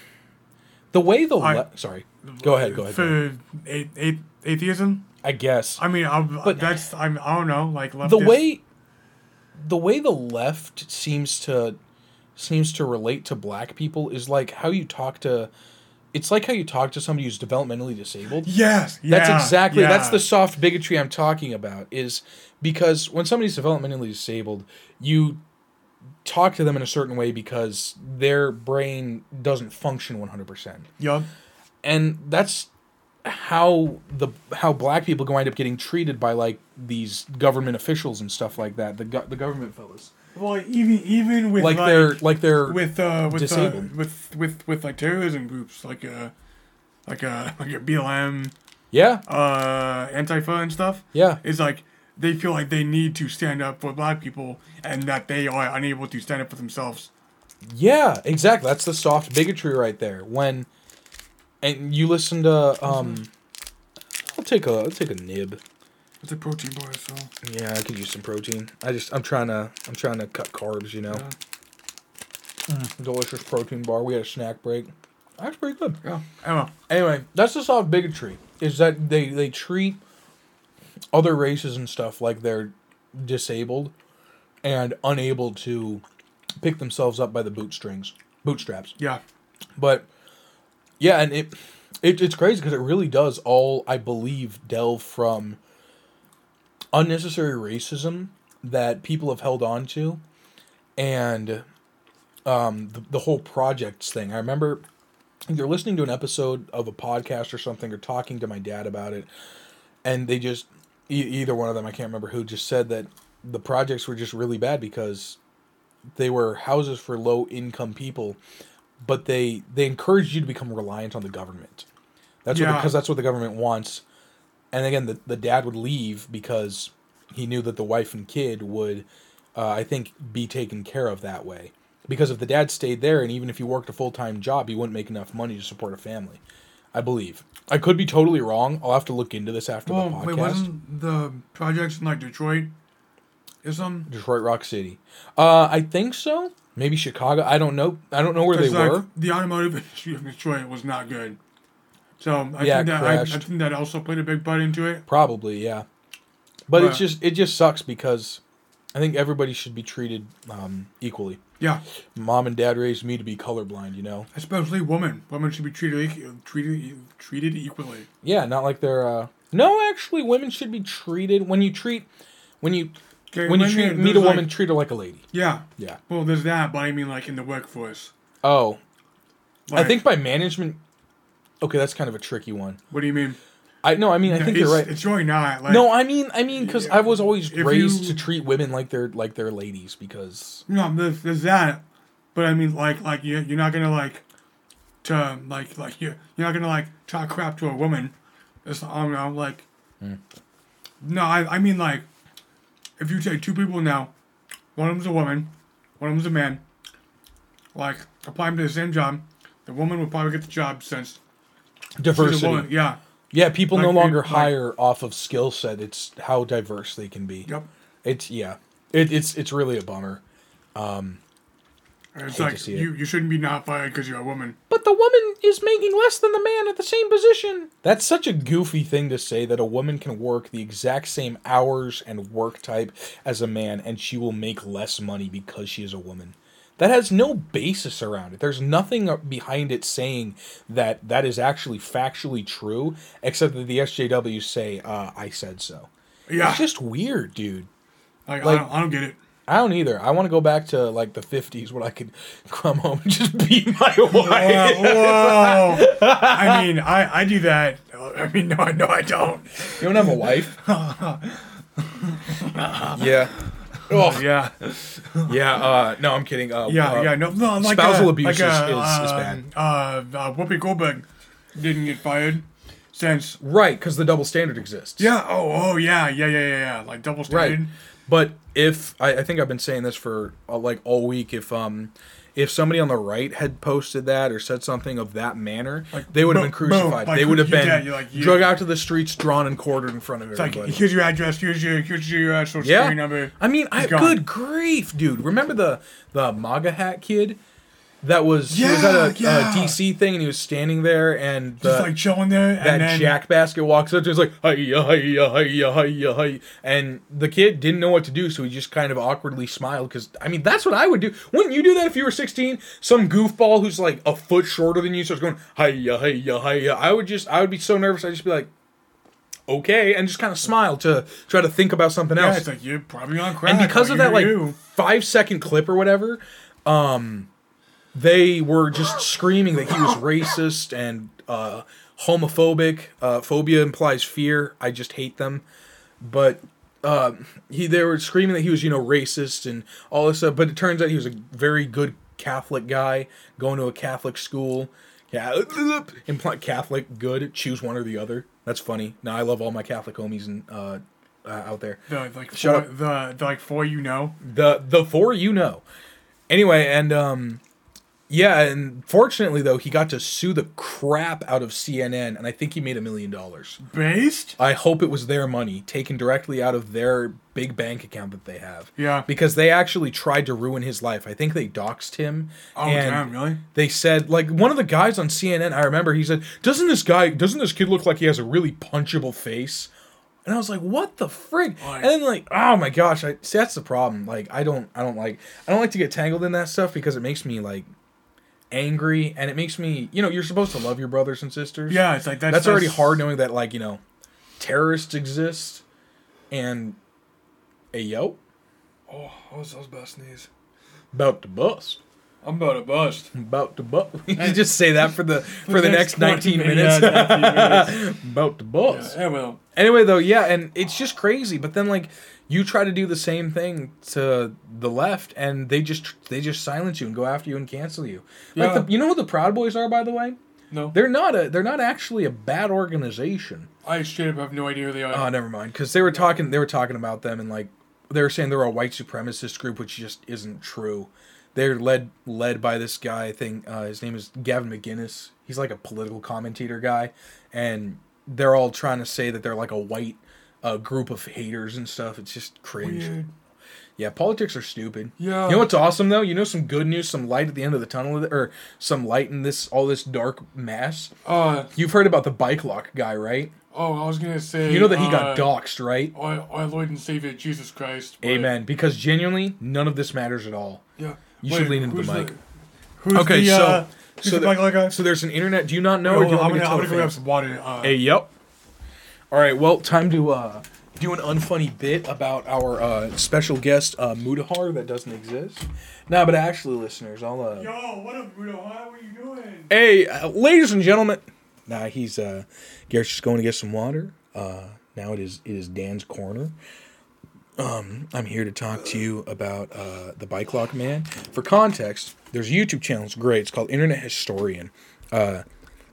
the way the I- le- sorry. Go ahead. Go ahead. go for ahead. a, a, atheism. I guess I mean, I'm, But- that's I'm I don't know like leftist. the way the way the left seems to seems to relate to black people is like how you talk to it's like how you talk to somebody who's developmentally disabled. Yes. Yeah. That's exactly yeah. that's the soft bigotry I'm talking about is because when somebody's developmentally disabled, you talk to them in a certain way because their brain doesn't function 100%. Yup. And that's how the how black people going to end up getting treated by like these government officials and stuff like that, the go- the government fellas. Well, even even with Like like, they're like they're with uh with uh, disabled. with with with like terrorism groups like uh like uh like a BLM yeah, uh Antifa and stuff. yeah. It's like they feel like they need to stand up for black people and that they are unable to stand up for themselves. Yeah, exactly. That's the soft bigotry right there. When and you listen to um I'll take a I'll take a nib. It's a protein bar, so Yeah, I could use some protein. I just I'm trying to I'm trying to cut carbs, you know. Yeah. Mm-hmm. Delicious protein bar. We had a snack break. That's pretty good. yeah. I don't know. Anyway, that's the soft bigotry. Is that they they treat other races and stuff like they're disabled and unable to pick themselves up by the bootstrings, bootstraps. Yeah. But yeah, and it, it it's crazy because it really does all I believe delve from unnecessary racism that people have held on to, and um, the, the whole projects thing. I remember you're listening to an episode of a podcast or something, or talking to my dad about it, and they just e- either one of them I can't remember who just said that the projects were just really bad because they were houses for low income people but they they encourage you to become reliant on the government. That's what Yeah. because that's what the government wants. And again, the, the dad would leave because he knew that the wife and kid would, uh, I think, be taken care of that way. Because if the dad stayed there, and even if he worked a full time job, he wouldn't make enough money to support a family. I believe. I could be totally wrong. I'll have to look into this after Well, the podcast. wait, wasn't the projects in like Detroit or something? Detroit Rock City. Uh, I think so. Maybe Chicago. I don't know. I don't know where they 'Cause, like, were. The automotive industry of Detroit was not good. So I Yeah, it think that I, I crashed. think that also played a big part into it. Probably, yeah. But it's Right. just it just sucks because I think everybody should be treated um, equally. Yeah, Mom and dad raised me to be colorblind, you know. especially women. Women should be treated equ- treated treated equally. Yeah, not like they're uh No, actually women should be treated when you treat when you Okay, when you women, treat, meet a there's, woman, like- treat her like a lady. yeah. Yeah. Well, there's that, but I mean like in the workforce. Oh, I Like, think by management Okay, that's kind of a tricky one. What do you mean? I no, I mean, I it's, think you're right. It's really not. Like, No, I mean, I mean cuz I was always If you- raised to treat women like they're like they're ladies because No, there's, there's that, but I mean, like, like you, you're not gonna like, to like, like you, you're not gonna like talk crap to a woman. It's I don't know, like, Hmm. no, I, I mean, like, if you take two people now, one of them's a woman, one of them's a man. Like, apply them to the same job, the woman will probably get the job since she's a woman. diversity. Yeah. Yeah, people no Like, longer it- like- hire off of skill set. It's how diverse they can be. Yep. It's yeah. It, it's it's really a bummer. And It's Hate to like see it. you, you shouldn't be not fired because you're a woman. But the woman is making less than the man at the same position. That's such a goofy thing to say that a woman can work the exact same hours and work type as a man and she will make less money because she is a woman. That has no basis around it. There's nothing behind it saying that that is actually factually true, except that the SJW say, uh, I said so. Yeah. It's just weird, dude. Like, like- I, don't, I don't get it. I don't either. I want to go back to like the fifties when I could come home and just beat my wife. Whoa! I mean, I, I do that. I mean, no, I no, I don't. You don't have a wife? yeah. Oh, Yeah, yeah. Uh, no, I'm kidding. Uh, yeah, uh, yeah. No, no. Like spousal a, abuse like is- a, is- is um, Uh, uh, Whoopi Goldberg didn't get fired since. Right, because the double standard exists. Yeah. Oh. Oh. Yeah. Yeah. Yeah. Yeah. yeah. Like double Right. standard. But if I, I think I've been saying this for uh, like all week, if um. If somebody on the right had posted that or said something of that manner, Like, they would have boom, been crucified. boom, like, they would have you- been yeah, you're like, you- drug out to the streets, drawn and quartered in front of Like everybody. here's your address. Here's your here's your uh, social Yeah. security number. I mean, I gone. good grief, dude. Remember the the MAGA hat kid? that was he was at Yeah, a, yeah. a DC thing and he was standing there and Just the- like chilling there, that and then jackbasket walks up to him, he's like hiya hiya hiya hiya hiya, and the kid didn't know what to do, so he just kind of awkwardly smiled because I mean that's what I would do. Wouldn't you do that if you were sixteen? Some goofball who's like a foot shorter than you starts going hiya hiya hiya. I would just I would be so nervous. I'd just be like. Okay, and just kind of smile to try to think about something yeah, else it's like you're probably on crack. and because but of that you like do you. five second clip or whatever um they were just screaming that he was racist and uh homophobic uh phobia implies fear i just hate them but uh he they were screaming that he was you know racist and all this stuff but it turns out he was a very good catholic guy going to a catholic school yeah imply catholic good choose one or the other that's funny now i love all my catholic homies and uh uh, out there the like Shut four, the, the like four you know the the four you know anyway and um yeah and fortunately though he got to sue the crap out of cnn and i think he made a million dollars based. i hope it was their money taken directly out of their big bank account that they have Yeah. because they actually tried to ruin his life i think they doxed him Oh damn, really? they said like one of the guys on CNN I remember he said doesn't this guy doesn't this kid look like he has a really punchable face and I was like what the frig Like- and then like oh my gosh I see that's the problem like I don't I don't like I don't like to get tangled in that stuff because it makes me like angry and it makes me you know you're supposed to love your brothers and sisters Yeah, it's like that's that's already hard knowing that like you know terrorists exist and a yo Oh, that was, that was about to sneeze. about to bust I'm about to bust. about to bust you just say that for the for the next 19 20 minutes Yeah, 19 minutes. about the bus. Yeah, well, Anyway, though, yeah, and it's just crazy. But then, like, you try to do the same thing to the left, and they just they just silence you and go after you and cancel you. Like, Yeah. the, you know who the Proud Boys are, by the way? no. They're not a they're not actually a bad organization. I straight up have no idea who they are. Oh, never mind, because they were talking they were talking about them and like they were saying they're a white supremacist group, which just isn't true. They're led led by this guy. I think uh, his name is Gavin McGinnis. He's like a political commentator guy, and they're all trying to say that they're like a white uh, group of haters and stuff. It's just cringe. Weird. Yeah, politics are stupid. Yeah. You know what's awesome though? You know some good news, some light at the end of the tunnel, of the- or some light in this all this dark mass. Uh, You've heard about the bike lock guy, right? oh, I was gonna say. You know that he got uh, doxxed, right? Our, our Lord and Savior Jesus Christ. but- Amen. Because genuinely, none of this matters at all. Yeah. You should lean into the who's mic. who's Okay, the, so- uh, who's so the the- black guy? So there's an internet. Do you not know? Oh, or do you I'm want me gonna, to I'm tell gonna the go grab fans? some water. Uh, Hey, yep. All right. Well, time to uh, do an unfunny bit about our uh, special guest uh, Mudahar that doesn't exist. No, but actually, listeners, I'll. Uh, Yo, what up, Bruno? How are you doing? Hey, uh, ladies and gentlemen. Nah, he's uh, Garrett's just going to get some water. Uh, now it is it is Dan's corner. Um, I'm here to talk to you about uh, the Bike Lock Man. For context, there's a YouTube channel. It's great. It's called Internet Historian. Uh,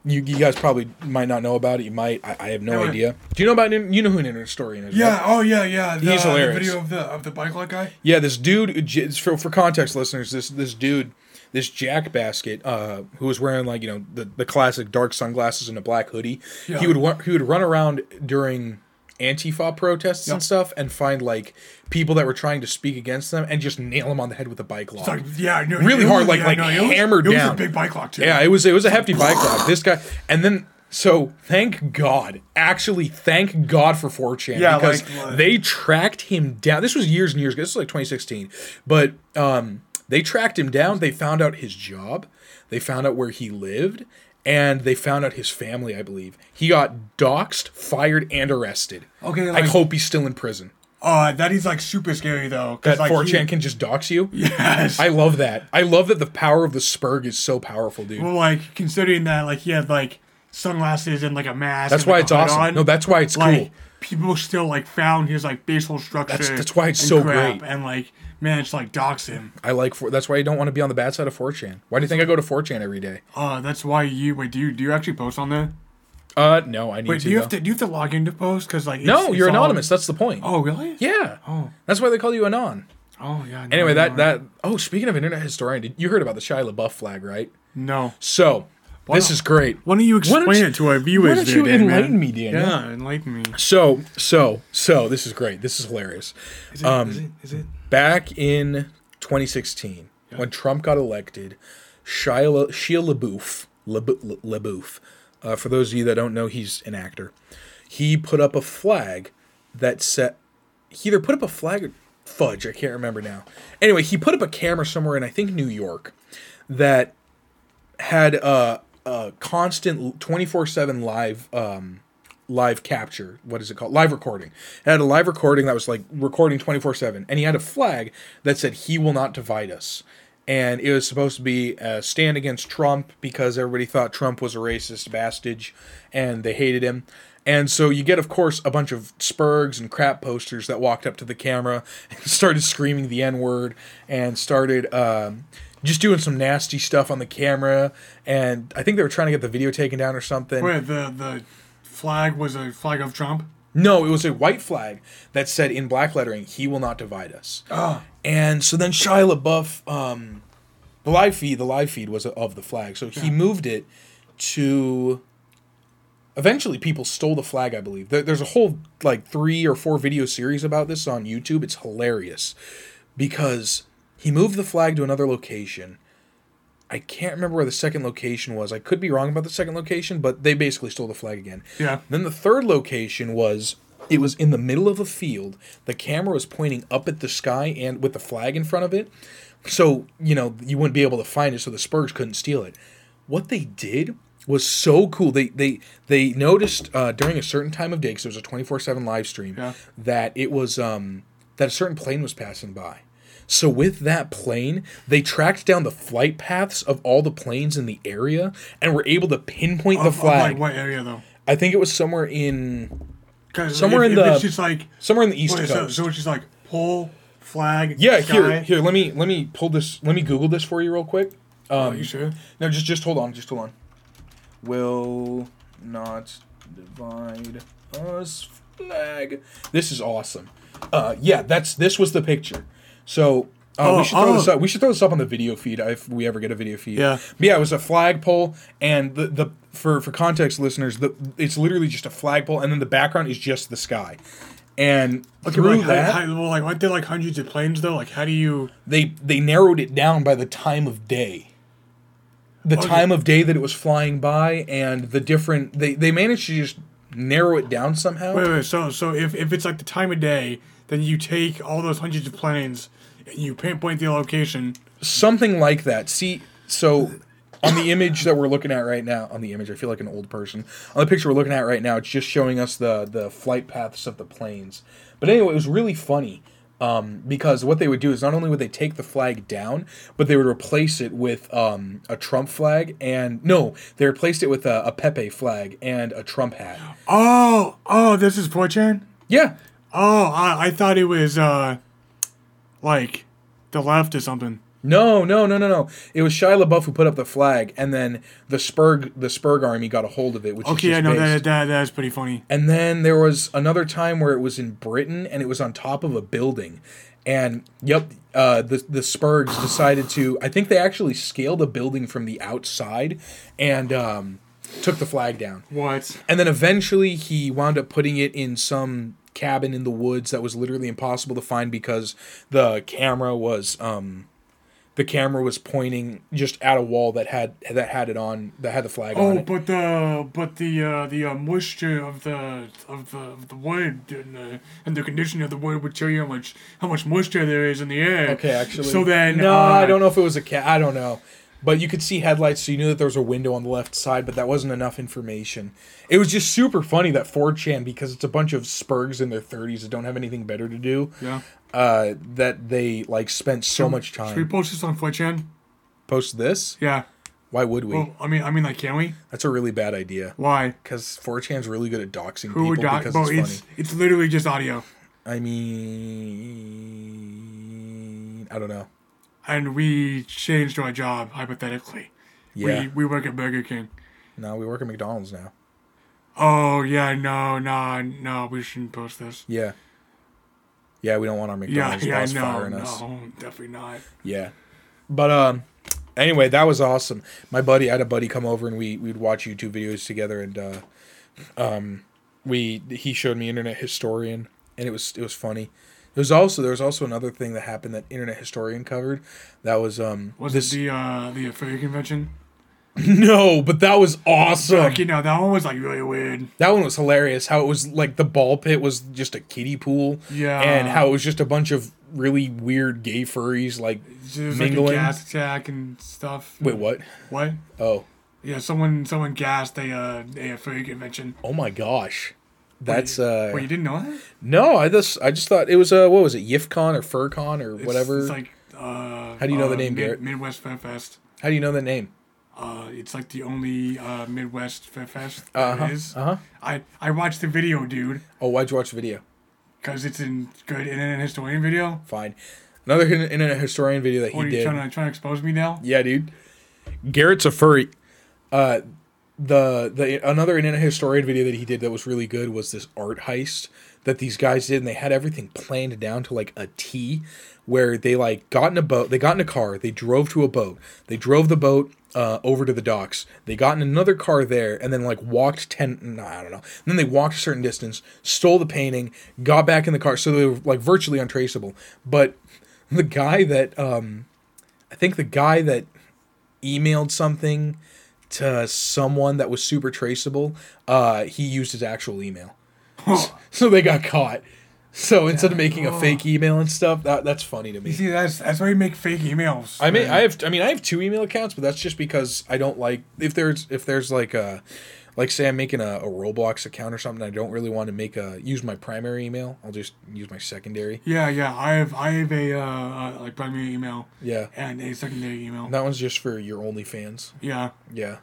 you, you guys probably might not know about it. You might. I, I have no Yeah. idea. Do you know about you know who an Internet Historian is? right? Yeah. Oh, yeah, yeah. The, He's hilarious. The video of the of the bike lot guy. Yeah, this dude. j- For for context, listeners, this this dude, this jackbasket, uh, who was wearing like you know the, the classic dark sunglasses and a black hoodie. Yeah. He would wa- he would run around during Antifa protests and stuff, and find like people that were trying to speak against them, and just nail them on the head with a bike log. It's like, yeah, no, Really it hard, was- like- like it was- hammered it was, down. a big bike lock too. Yeah, it was it was a hefty bike ride. This guy, and then so thank God, actually thank God for 4chan Yeah, because like, what? they tracked him down. This was years and years ago. This was like 2016, but um, they tracked him down. They found out his job. They found out where he lived. And they found out his family, I believe. He got doxxed, fired, and arrested. Okay, I like- hope he's still in prison. Uh, that is like super scary though. 'cause, That like, 4chan he- can just dox you. Yes. I love that. I love that the power of the Spurg is so powerful, dude. Well, like considering that, like he had like sunglasses and like a mask. That's and, why like, it's a hood awesome. on, No, that's why it's like cool. people still like found his like basal structure. that's why it's and so crap great. And like managed to like dox him. I like. Four, that's why I don't want to be on the bad side of 4chan. Why do you think I go to 4chan every day? Uh, that's why you wait. Do you do you actually post on there? Uh, no, I need Wait, to. do you have though. to do you have to log into post? Cause like it's- No, it's you're all- anonymous. That's the point. Oh really? Yeah. Oh. That's why they call you anon. Oh yeah. no, Anyway, that no. that. Oh, speaking of internet historian, did, you heard about the Shia LaBeouf flag, right? no. So this not? is great. Why don't you don't explain you- it to our viewers? why don't there, you Dan, enlighten man? me, Dan? Yeah, enlighten me. So so so this is great. This is hilarious. Is it? Um, is it? Is it? Back in 2016, when Trump got elected, Shia, Shia LaBeouf. LaBeouf. LaBeouf. Uh, for those of you that don't know, he's an actor. He put up a flag that said, he either put up a flag or fudge, I can't remember now. Anyway, he put up a camera somewhere in, I think, New York that had a, a constant 24 7 live. Um, live capture what is it called live recording it had a live recording that was like recording 24-7 and he had a flag that said he will not divide us and it was supposed to be a stand against trump because everybody thought trump was a racist bastard and they hated him and so you get of course a bunch of spurgs and crap posters that walked up to the camera and started screaming the n-word and started um, just doing some nasty stuff on the camera and i think they were trying to get the video taken down or something Wait, the the flag was a flag of Trump. No, it was a white flag that said in black lettering, "He will not divide us." Ah. And so then Shia LaBeouf, um, the live feed, the live feed was of the flag, so he moved it to. Eventually, people stole the flag. I believe there, there's a whole like three or four video series about this on YouTube. It's hilarious because he moved the flag to another location. I can't remember where the second location was. I could be wrong about the second location, but they basically stole the flag again. Yeah. Then the third location was it was in the middle of a field. The camera was pointing up at the sky and with the flag in front of it. So, you know, you wouldn't be able to find it, so the Spurs couldn't steal it. What they did was so cool. They they they noticed uh, during a certain time of day, because it was a twenty four seven live stream, Yeah. that it was um, that a certain plane was passing by. So with that plane, they tracked down the flight paths of all the planes in the area and were able to pinpoint the Of- of, flag. like what area though? I think it was somewhere in 'Cause Somewhere if- in if the- It's just like somewhere in the east wait, so, coast. so it's just like pole flag. yeah, sky. here, here. Let me let me pull this. Let me Google this for you real quick. Are you sure? No, just just hold on. Just hold on. Will not divide us flag. This is awesome. Uh, yeah, that's this was the picture. So. Uh, Oh, we should throw this oh. up. We should throw this up on the video feed if we ever get a video feed. Yeah. But yeah, it was a flagpole, and the, the for for context, listeners, the it's literally just a flagpole, and then the background is just the sky, and Okay, through but like, how- that, how- well, like aren't there like hundreds of planes though? Like how do you? they they narrowed it down by the time of day the Okay. time of day that it was flying by and the different they they managed to just narrow it down somehow Wait, wait. So so if if it's like the time of day, then you take all those hundreds of planes and you pinpoint the location. something like that see so on the image that we're looking at right now on the image i feel like an old person on the picture we're looking at right now it's just showing us the the flight paths of the planes but anyway it was really funny um, because what they would do is not only would they take the flag down, but they would replace it with um, a Trump flag and no, they replaced it with a, a Pepe flag and a Trump hat. Oh oh, this is 4chan. Yeah, Oh, I, I thought it was uh, like the left or something. No, no, no, no, no. It was Shia LaBeouf who put up the flag, and then the Spurg the Spurg army got a hold of it, which Okay, is I just know based. that, that that is pretty funny. And then there was another time where it was in Britain, and it was on top of a building, and yep, uh, the the Spurgs decided to. I think they actually scaled a building from the outside, and um, took the flag down. What? And then eventually he wound up putting it in some cabin in the woods that was literally impossible to find because the camera was um the camera was pointing just at a wall that had that had it on that had the flag on Oh, it. but the but the uh, the uh, moisture of the of the of the wood and the, and the condition of the wood would show you how much how much moisture there is in the air. Okay, actually. So then, no, uh, I don't know if it was a cat. I don't know, but you could see headlights, so you knew that there was a window on the left side, but that wasn't enough information. It was just super funny that 4chan because it's a bunch of spurgs in their 30s that don't have anything better to do. Yeah. Uh, that they like spent so much Should we time post this on 4chan? post this. Yeah. Why would we? Well, I mean, I mean, like, can we? That's a really bad idea. Why? Because 4chan's really good at doxing Who people would doc? because But it's, it's funny. it's literally just audio, I mean, I don't know. and we changed our job hypothetically. Yeah. We we work at Burger King. no, we work at McDonald's now. Oh yeah, no, no, no. We shouldn't post this. Yeah. Yeah, we don't want our Yeah, McDonald's yeah, boss no, firing us. no, definitely not. Yeah. But um anyway, that was awesome. My buddy I had a buddy come over and we we'd watch YouTube videos together and uh um we he showed me internet historian and it was it was funny. It There's also there's also another thing that happened that Internet Historian covered. That was um Was this it the uh, the furry convention? no, but that was awesome. Like, you know, that one was like really weird. That one was hilarious. How it was like the ball pit was just a kiddie pool. Yeah. And how it was just a bunch of really weird gay furries. Like, There was like Mingling. a gas attack and stuff. wait, what? What? Oh, Yeah, someone someone gassed a uh, a furry convention. oh my gosh, that's uh. Wait, you didn't know that? No, I just I just thought it was uh what was it YIFCon or FurCon or It's- whatever. It's like uh, How do you know the uh, name, Mid- Garrett? Midwest Fair Fest. How do you know the name? Uh, it's like the only uh, Midwest Fair Fest there Uh huh. is. Uh huh. I I watched the video, dude, Oh, why'd you watch the video? because it's in good internet historian video. Fine. Another hidden internet historian video that he What are you did. trying to trying to expose me now? Yeah, dude. Garrett's a furry. Uh, the the another internet historian video that he did that was really good was this art heist that these guys did, and they had everything planned down to like a T, where they like got in a boat, they got in a car, they drove to a boat, they drove the boat. Uh, over to the docks. They got in another car there and then like walked 10, nah, I don't know. And then they walked a certain distance, stole the painting, got back in the car. So they were like virtually untraceable. But the guy that, um, I think the guy that emailed something to someone that was super traceable, uh, he used his actual email. So they got caught. So instead of making a fake email and stuff, that that's funny to me. See, that's that's why you make fake emails. I mean, man. I have I mean, I have two email accounts, but that's just because I don't like if there's if there's like a like say I'm making a, a Roblox account or something, I don't really want to make a use my primary email. I'll just use my secondary. Yeah, yeah. I have I have a uh, uh, like primary email Yeah. and a secondary email. That one's just for your OnlyFans. Yeah. Yeah.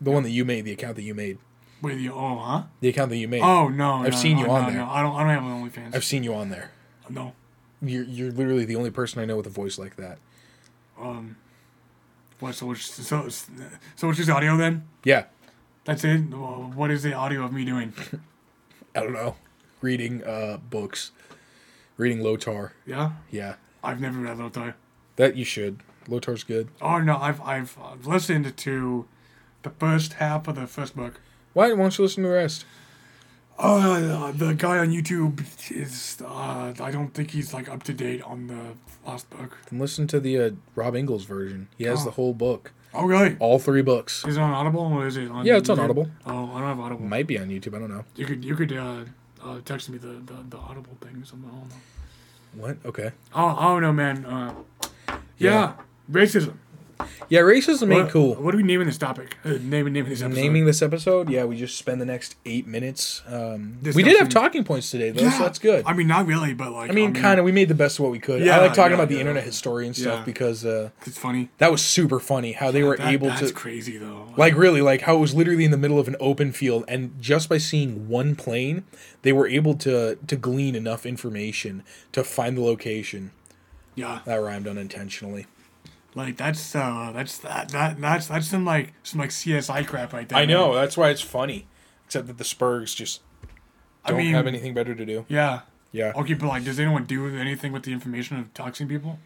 The one that you made, the account that you made. Wait, the oh huh? The account that you made. Oh no! I've seen you on no, there. No, I don't. I don't have an OnlyFans. I've seen you on there. no. You're you're literally the only person I know with a voice like that. Um. What? So it's so it's, so it's just audio then? Yeah, That's it. Well, What is the audio of me doing? I don't know. Reading uh books, reading Lotar. Yeah. Yeah, I've never read Lothar. that you should. Lotar's good. Oh no! I've I've uh, listened to the first half of the first book. Why won't you listen to the rest? Uh, the guy on YouTube is. Uh, I don't think he's like up to date on the last book. Then listen to the uh, Rob Ingalls version. He has Oh. the whole book, Oh really? all three books. Is it on Audible or is it on? Yeah, it's on YouTube? Audible. Oh, I don't have Audible. Might be on YouTube. I don't know. You could you could uh, uh, text me the, the, the Audible thing. or Something. I don't know. What? Okay. Oh, I don't know, man. Uh, yeah. Yeah. racism. Yeah, racism ain't what, cool. What are we naming this topic? Uh, naming naming this episode. Naming this episode, yeah, we just spend the next eight minutes. Um, we did Discussing- have talking points today, though, Yeah. so that's good. I mean, not really, but like. I mean, kind of. We made the best of what we could. I Yeah, like talking yeah, about the yeah. internet historian stuff Yeah. because uh, It's funny. that was super funny how they were That- able that's to, crazy though. like, really, like how it was literally in the middle of an open field, and just by seeing one plane, they were able to to glean enough information to find the location. yeah, That rhymed unintentionally. like that's uh, that's that, that that's that's some like some like CSI crap right there. I know man. that's why it's funny, except that the Spurs just I don't mean, have anything better to do. yeah. Yeah, Okay, but like, does anyone do anything with the information of doxing people?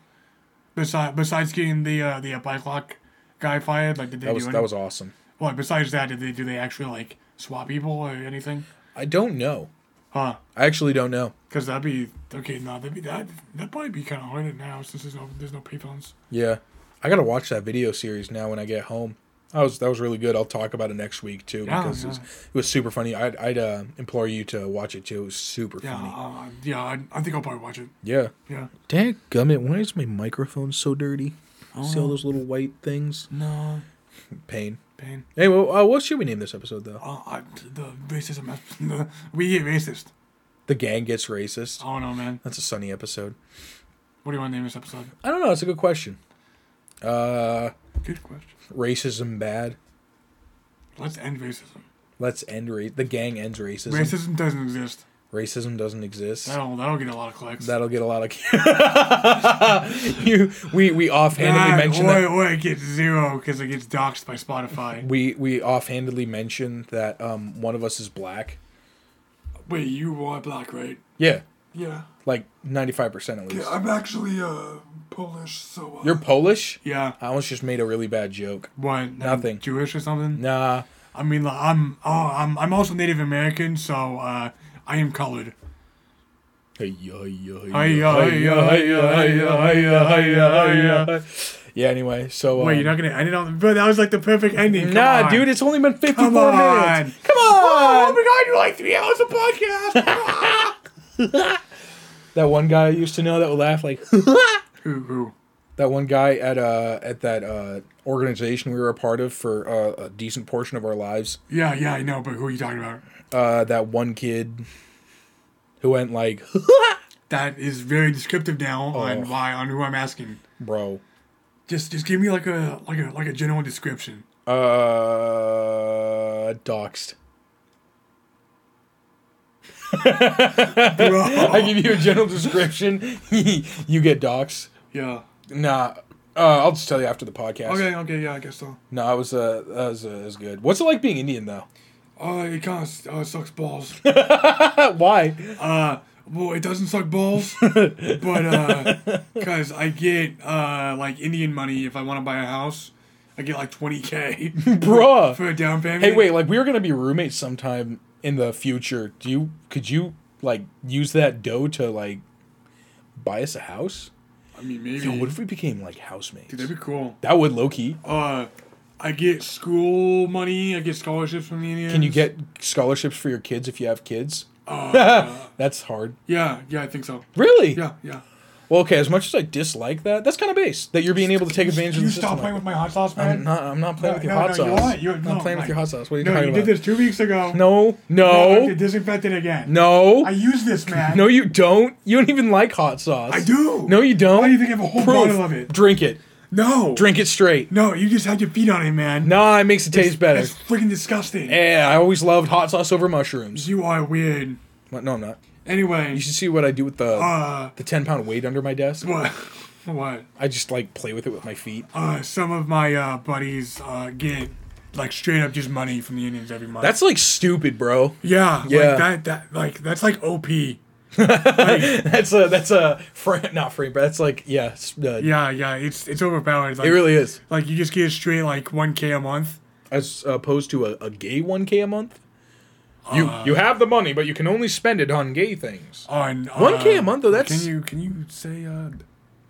Besides, besides getting the uh, the uh, bike lock guy fired, like, did they that do was anything? that was awesome. Well, besides that, did they do they actually like swap people or anything? I don't know. Huh? I actually don't know. Because that'd be okay. No, that'd be that. That'd probably be kind of hard now since there's no there's no payphones. Yeah, I gotta watch that video series now when I get home. That was that was really good. I'll talk about it next week too Yeah, because It, yeah. was, it was super funny. I'd, I'd uh, implore you to watch it too. It was super Yeah, funny. uh, yeah. I, I think I'll probably watch it. Yeah. Yeah. Dang gummit, why is my microphone so dirty? Oh, See all those little white things. No Pain. pain. Hey, well, uh, what should we name this episode though? Uh, I, the racism. The, we get racist. The gang gets racist. I don't know, man. That's a sunny episode. What do you want to name this episode? I don't know. That's a good question. Uh, Good question. racism bad. Let's end racism. Let's end ra- the gang ends racism. Racism doesn't exist. Racism doesn't exist. That'll that'll get a lot of clicks. That'll get a lot of you. We we offhandedly That mentioned or, that or it gets zero because it gets doxxed by Spotify. we we offhandedly mentioned that um one of us is black. Wait, you are black, right? Yeah, Yeah. like ninety five percent at least. I'm actually uh Polish, so. Uh, You're Polish. yeah. I almost just made a really bad joke. What? I'm Nothing. Jewish or something? Nah, I mean, like, I'm oh, I'm I'm also Native American, so uh, I am colored. Yeah, anyway, so. Wait, you're um, not gonna end it on. But that was like the perfect ending. Come Nah, on. dude, it's only been 54 Come on. minutes. Come Oh, on! my god, you're like three hours of podcast. That one guy I used to know that would laugh like who, who? that one guy at uh at that uh organization we were a part of for uh, a decent portion of our lives. Yeah, yeah, I know, but who are you talking about? Uh that one kid who went like That is very descriptive now on Oh. why on who I'm asking. bro. Just just give me like a like a like a general description. Uh doxed. I Bro. give you a general description, you get doxed. yeah. Nah. Uh, I'll just tell you after the podcast. Okay, okay, yeah, I guess so. No, it was uh, that was, uh, it was good. What's it like being Indian though? Uh, it kind of uh, sucks balls. Why? Uh, well, it doesn't suck balls, but uh, cause I get uh like Indian money if I want to buy a house, I get like twenty k Bruh. for a down payment. Hey, wait! Like we were gonna be roommates sometime in the future. Do you could you like use that dough to like buy us a house? I mean maybe Yo, what if we became like housemates? Dude, that'd be cool. that would low key. Uh, I get school money. I get scholarships from the Indians. Can you get scholarships for your kids if you have kids? that's hard. Yeah, yeah, I think so. Really? Uh, Yeah, yeah. Well, okay. As much as I dislike that, that's kind of base that you're being able to take advantage of you the stop system. playing with my hot sauce, man. I'm not. I'm not playing No, with your no, hot no, sauce. you're right. You're- I'm no, not playing Mike. with your hot sauce. What are you no, talking you about? did this two weeks ago. No, I have no, to disinfect it again. no, I use this, man. no. You don't. You don't even like hot sauce. I do. No, you don't. Why do you think I have a whole Proof. bottle of it? Drink it. no. Drink it straight. No, you just had your feet on it, man. Nah, it makes it taste better. That's freaking disgusting. yeah, I always loved hot sauce over mushrooms. you are weird. But No, I'm not. Anyway, You should see what I do with the uh, the ten pound weight under my desk. what? What? I just like play with it with my feet. Uh, some of my uh, buddies uh, get like straight up just money from the Indians every month. That's like stupid, bro. yeah, Yeah. Like that that like that's like OP. That's a that's a frame, not frame, but that's like yeah, s- uh, Yeah, yeah, it's it's overpowered. Like, it really is. like you just get straight like one k a month. As opposed to a, a gay one k a month. You Uh, you have the money, but you can only spend it on gay things. on uh, 1K a month, though, that's- can you can you say uh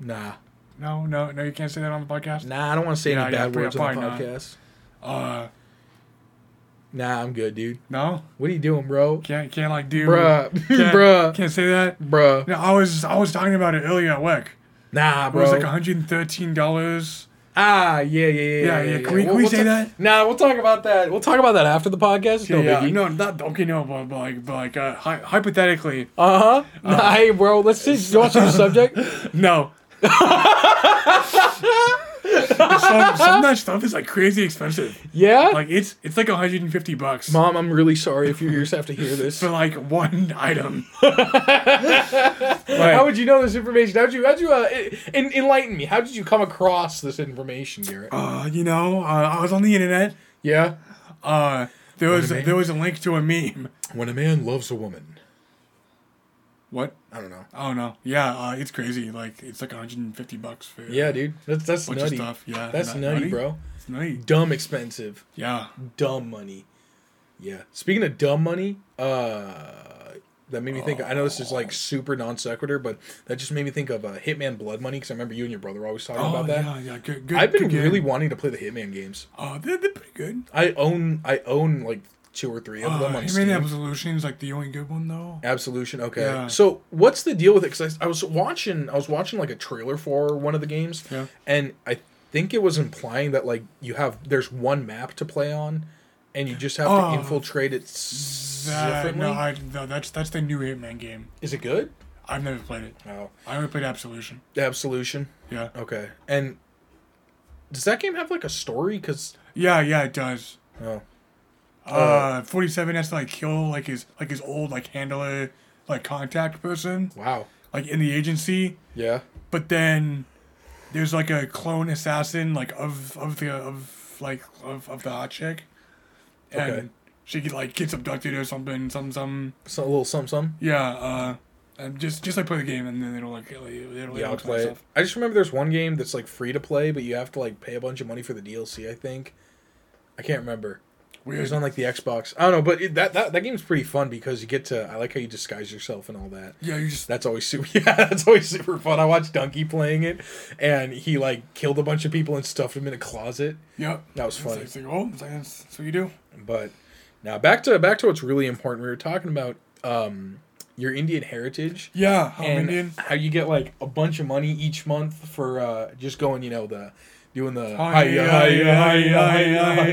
Nah, no no no you can't say that on the podcast nah, I don't want to say Yeah, any yeah, bad probably- words on the probably podcast. uh Nah, I'm good, dude. no What are you doing, bro? can't can't like do Bruh, can't, bruh, can't say that bruh. no I was I was talking about it earlier at work Nah, it bro. was like 113 dollars ah, yeah, yeah, yeah, Yeah, yeah. Can we- can we say ta- that? Nah, we'll talk about that. We'll talk about that after the podcast. No biggie. no not okay no but, but like but like uh, hy- hypothetically Uh-huh. Nah, hey, bro. Let's just you want some subject. no. some, some of that stuff is like crazy expensive. Yeah. Like it's it's like 150 bucks Mom, I'm really sorry if your ears have to hear this. for like one item. How would you know this information? How'd you how'd you uh, en- enlighten me? How did you come across this information, Garrett? Uh, you know, uh, I was on the internet. Yeah. Uh, there was a meme. there was a link to a meme. When a man loves a woman. What? I don't know. I don't know. Yeah, uh, it's crazy. Like it's like 150 bucks for Yeah, dude. That's that's bunch nutty. of stuff. Yeah, That's nut- nutty, bro. It's nutty. Dumb expensive. Yeah. dumb money. Yeah. Speaking of dumb money, uh, that made me think. I know this is Oh. like super non sequitur, but that just made me think of uh, Hitman Blood Money because I remember you and your brother were always talking Oh about that. yeah, yeah. Good. good I've been good game. really wanting to play the Hitman games. Uh, they're, they're pretty good. I own I own like two or three of Uh, them on Hitman Steam. Absolution is like the only good one though. Absolution. Okay. Yeah. So what's the deal with it? Because I, I was watching, I was watching like a trailer for one of the games, Yeah. and I think it was implying that like you have there's one map to play on, and you just have Oh, to infiltrate it s- That, differently. no, I, no, that's that's the new Hitman game. Is it good? I've never played it. No. I only played Absolution. Absolution. Yeah. Okay. And does that game have like a story? Because Yeah, yeah, it does. oh, Uh, 47 has to like kill like his like his old like handler like contact person wow. like in the agency Yeah. but then there's like a clone assassin like of of the of like of, of the hot chick and Okay. she get, like gets abducted or something some some So a little some some. yeah uh and just just like play the game and then it'll like it'll, it'll Yeah, I'll it'll play it. I just remember there's one game that's like free to play, but you have to like pay a bunch of money for the DLC. I think. I can't remember. It Weird. was on like the Xbox. I don't know, but it, that, that that game's pretty fun because you get to. I like how you disguise yourself and all that. yeah, you just That's always super. Yeah, that's always super fun. I watched Donkey playing it, and he like killed a bunch of people and stuffed them in a closet. yep. That was It's funny. like, it's like, oh, it's like, that's, that's what you do. But now back to back to what's really important. We were talking about um, your Indian heritage Yeah, how and Oh, Indian. how you get like a bunch of money each month for uh, just going. You know the doing the Hi, hi, hi, hi, hi, hi.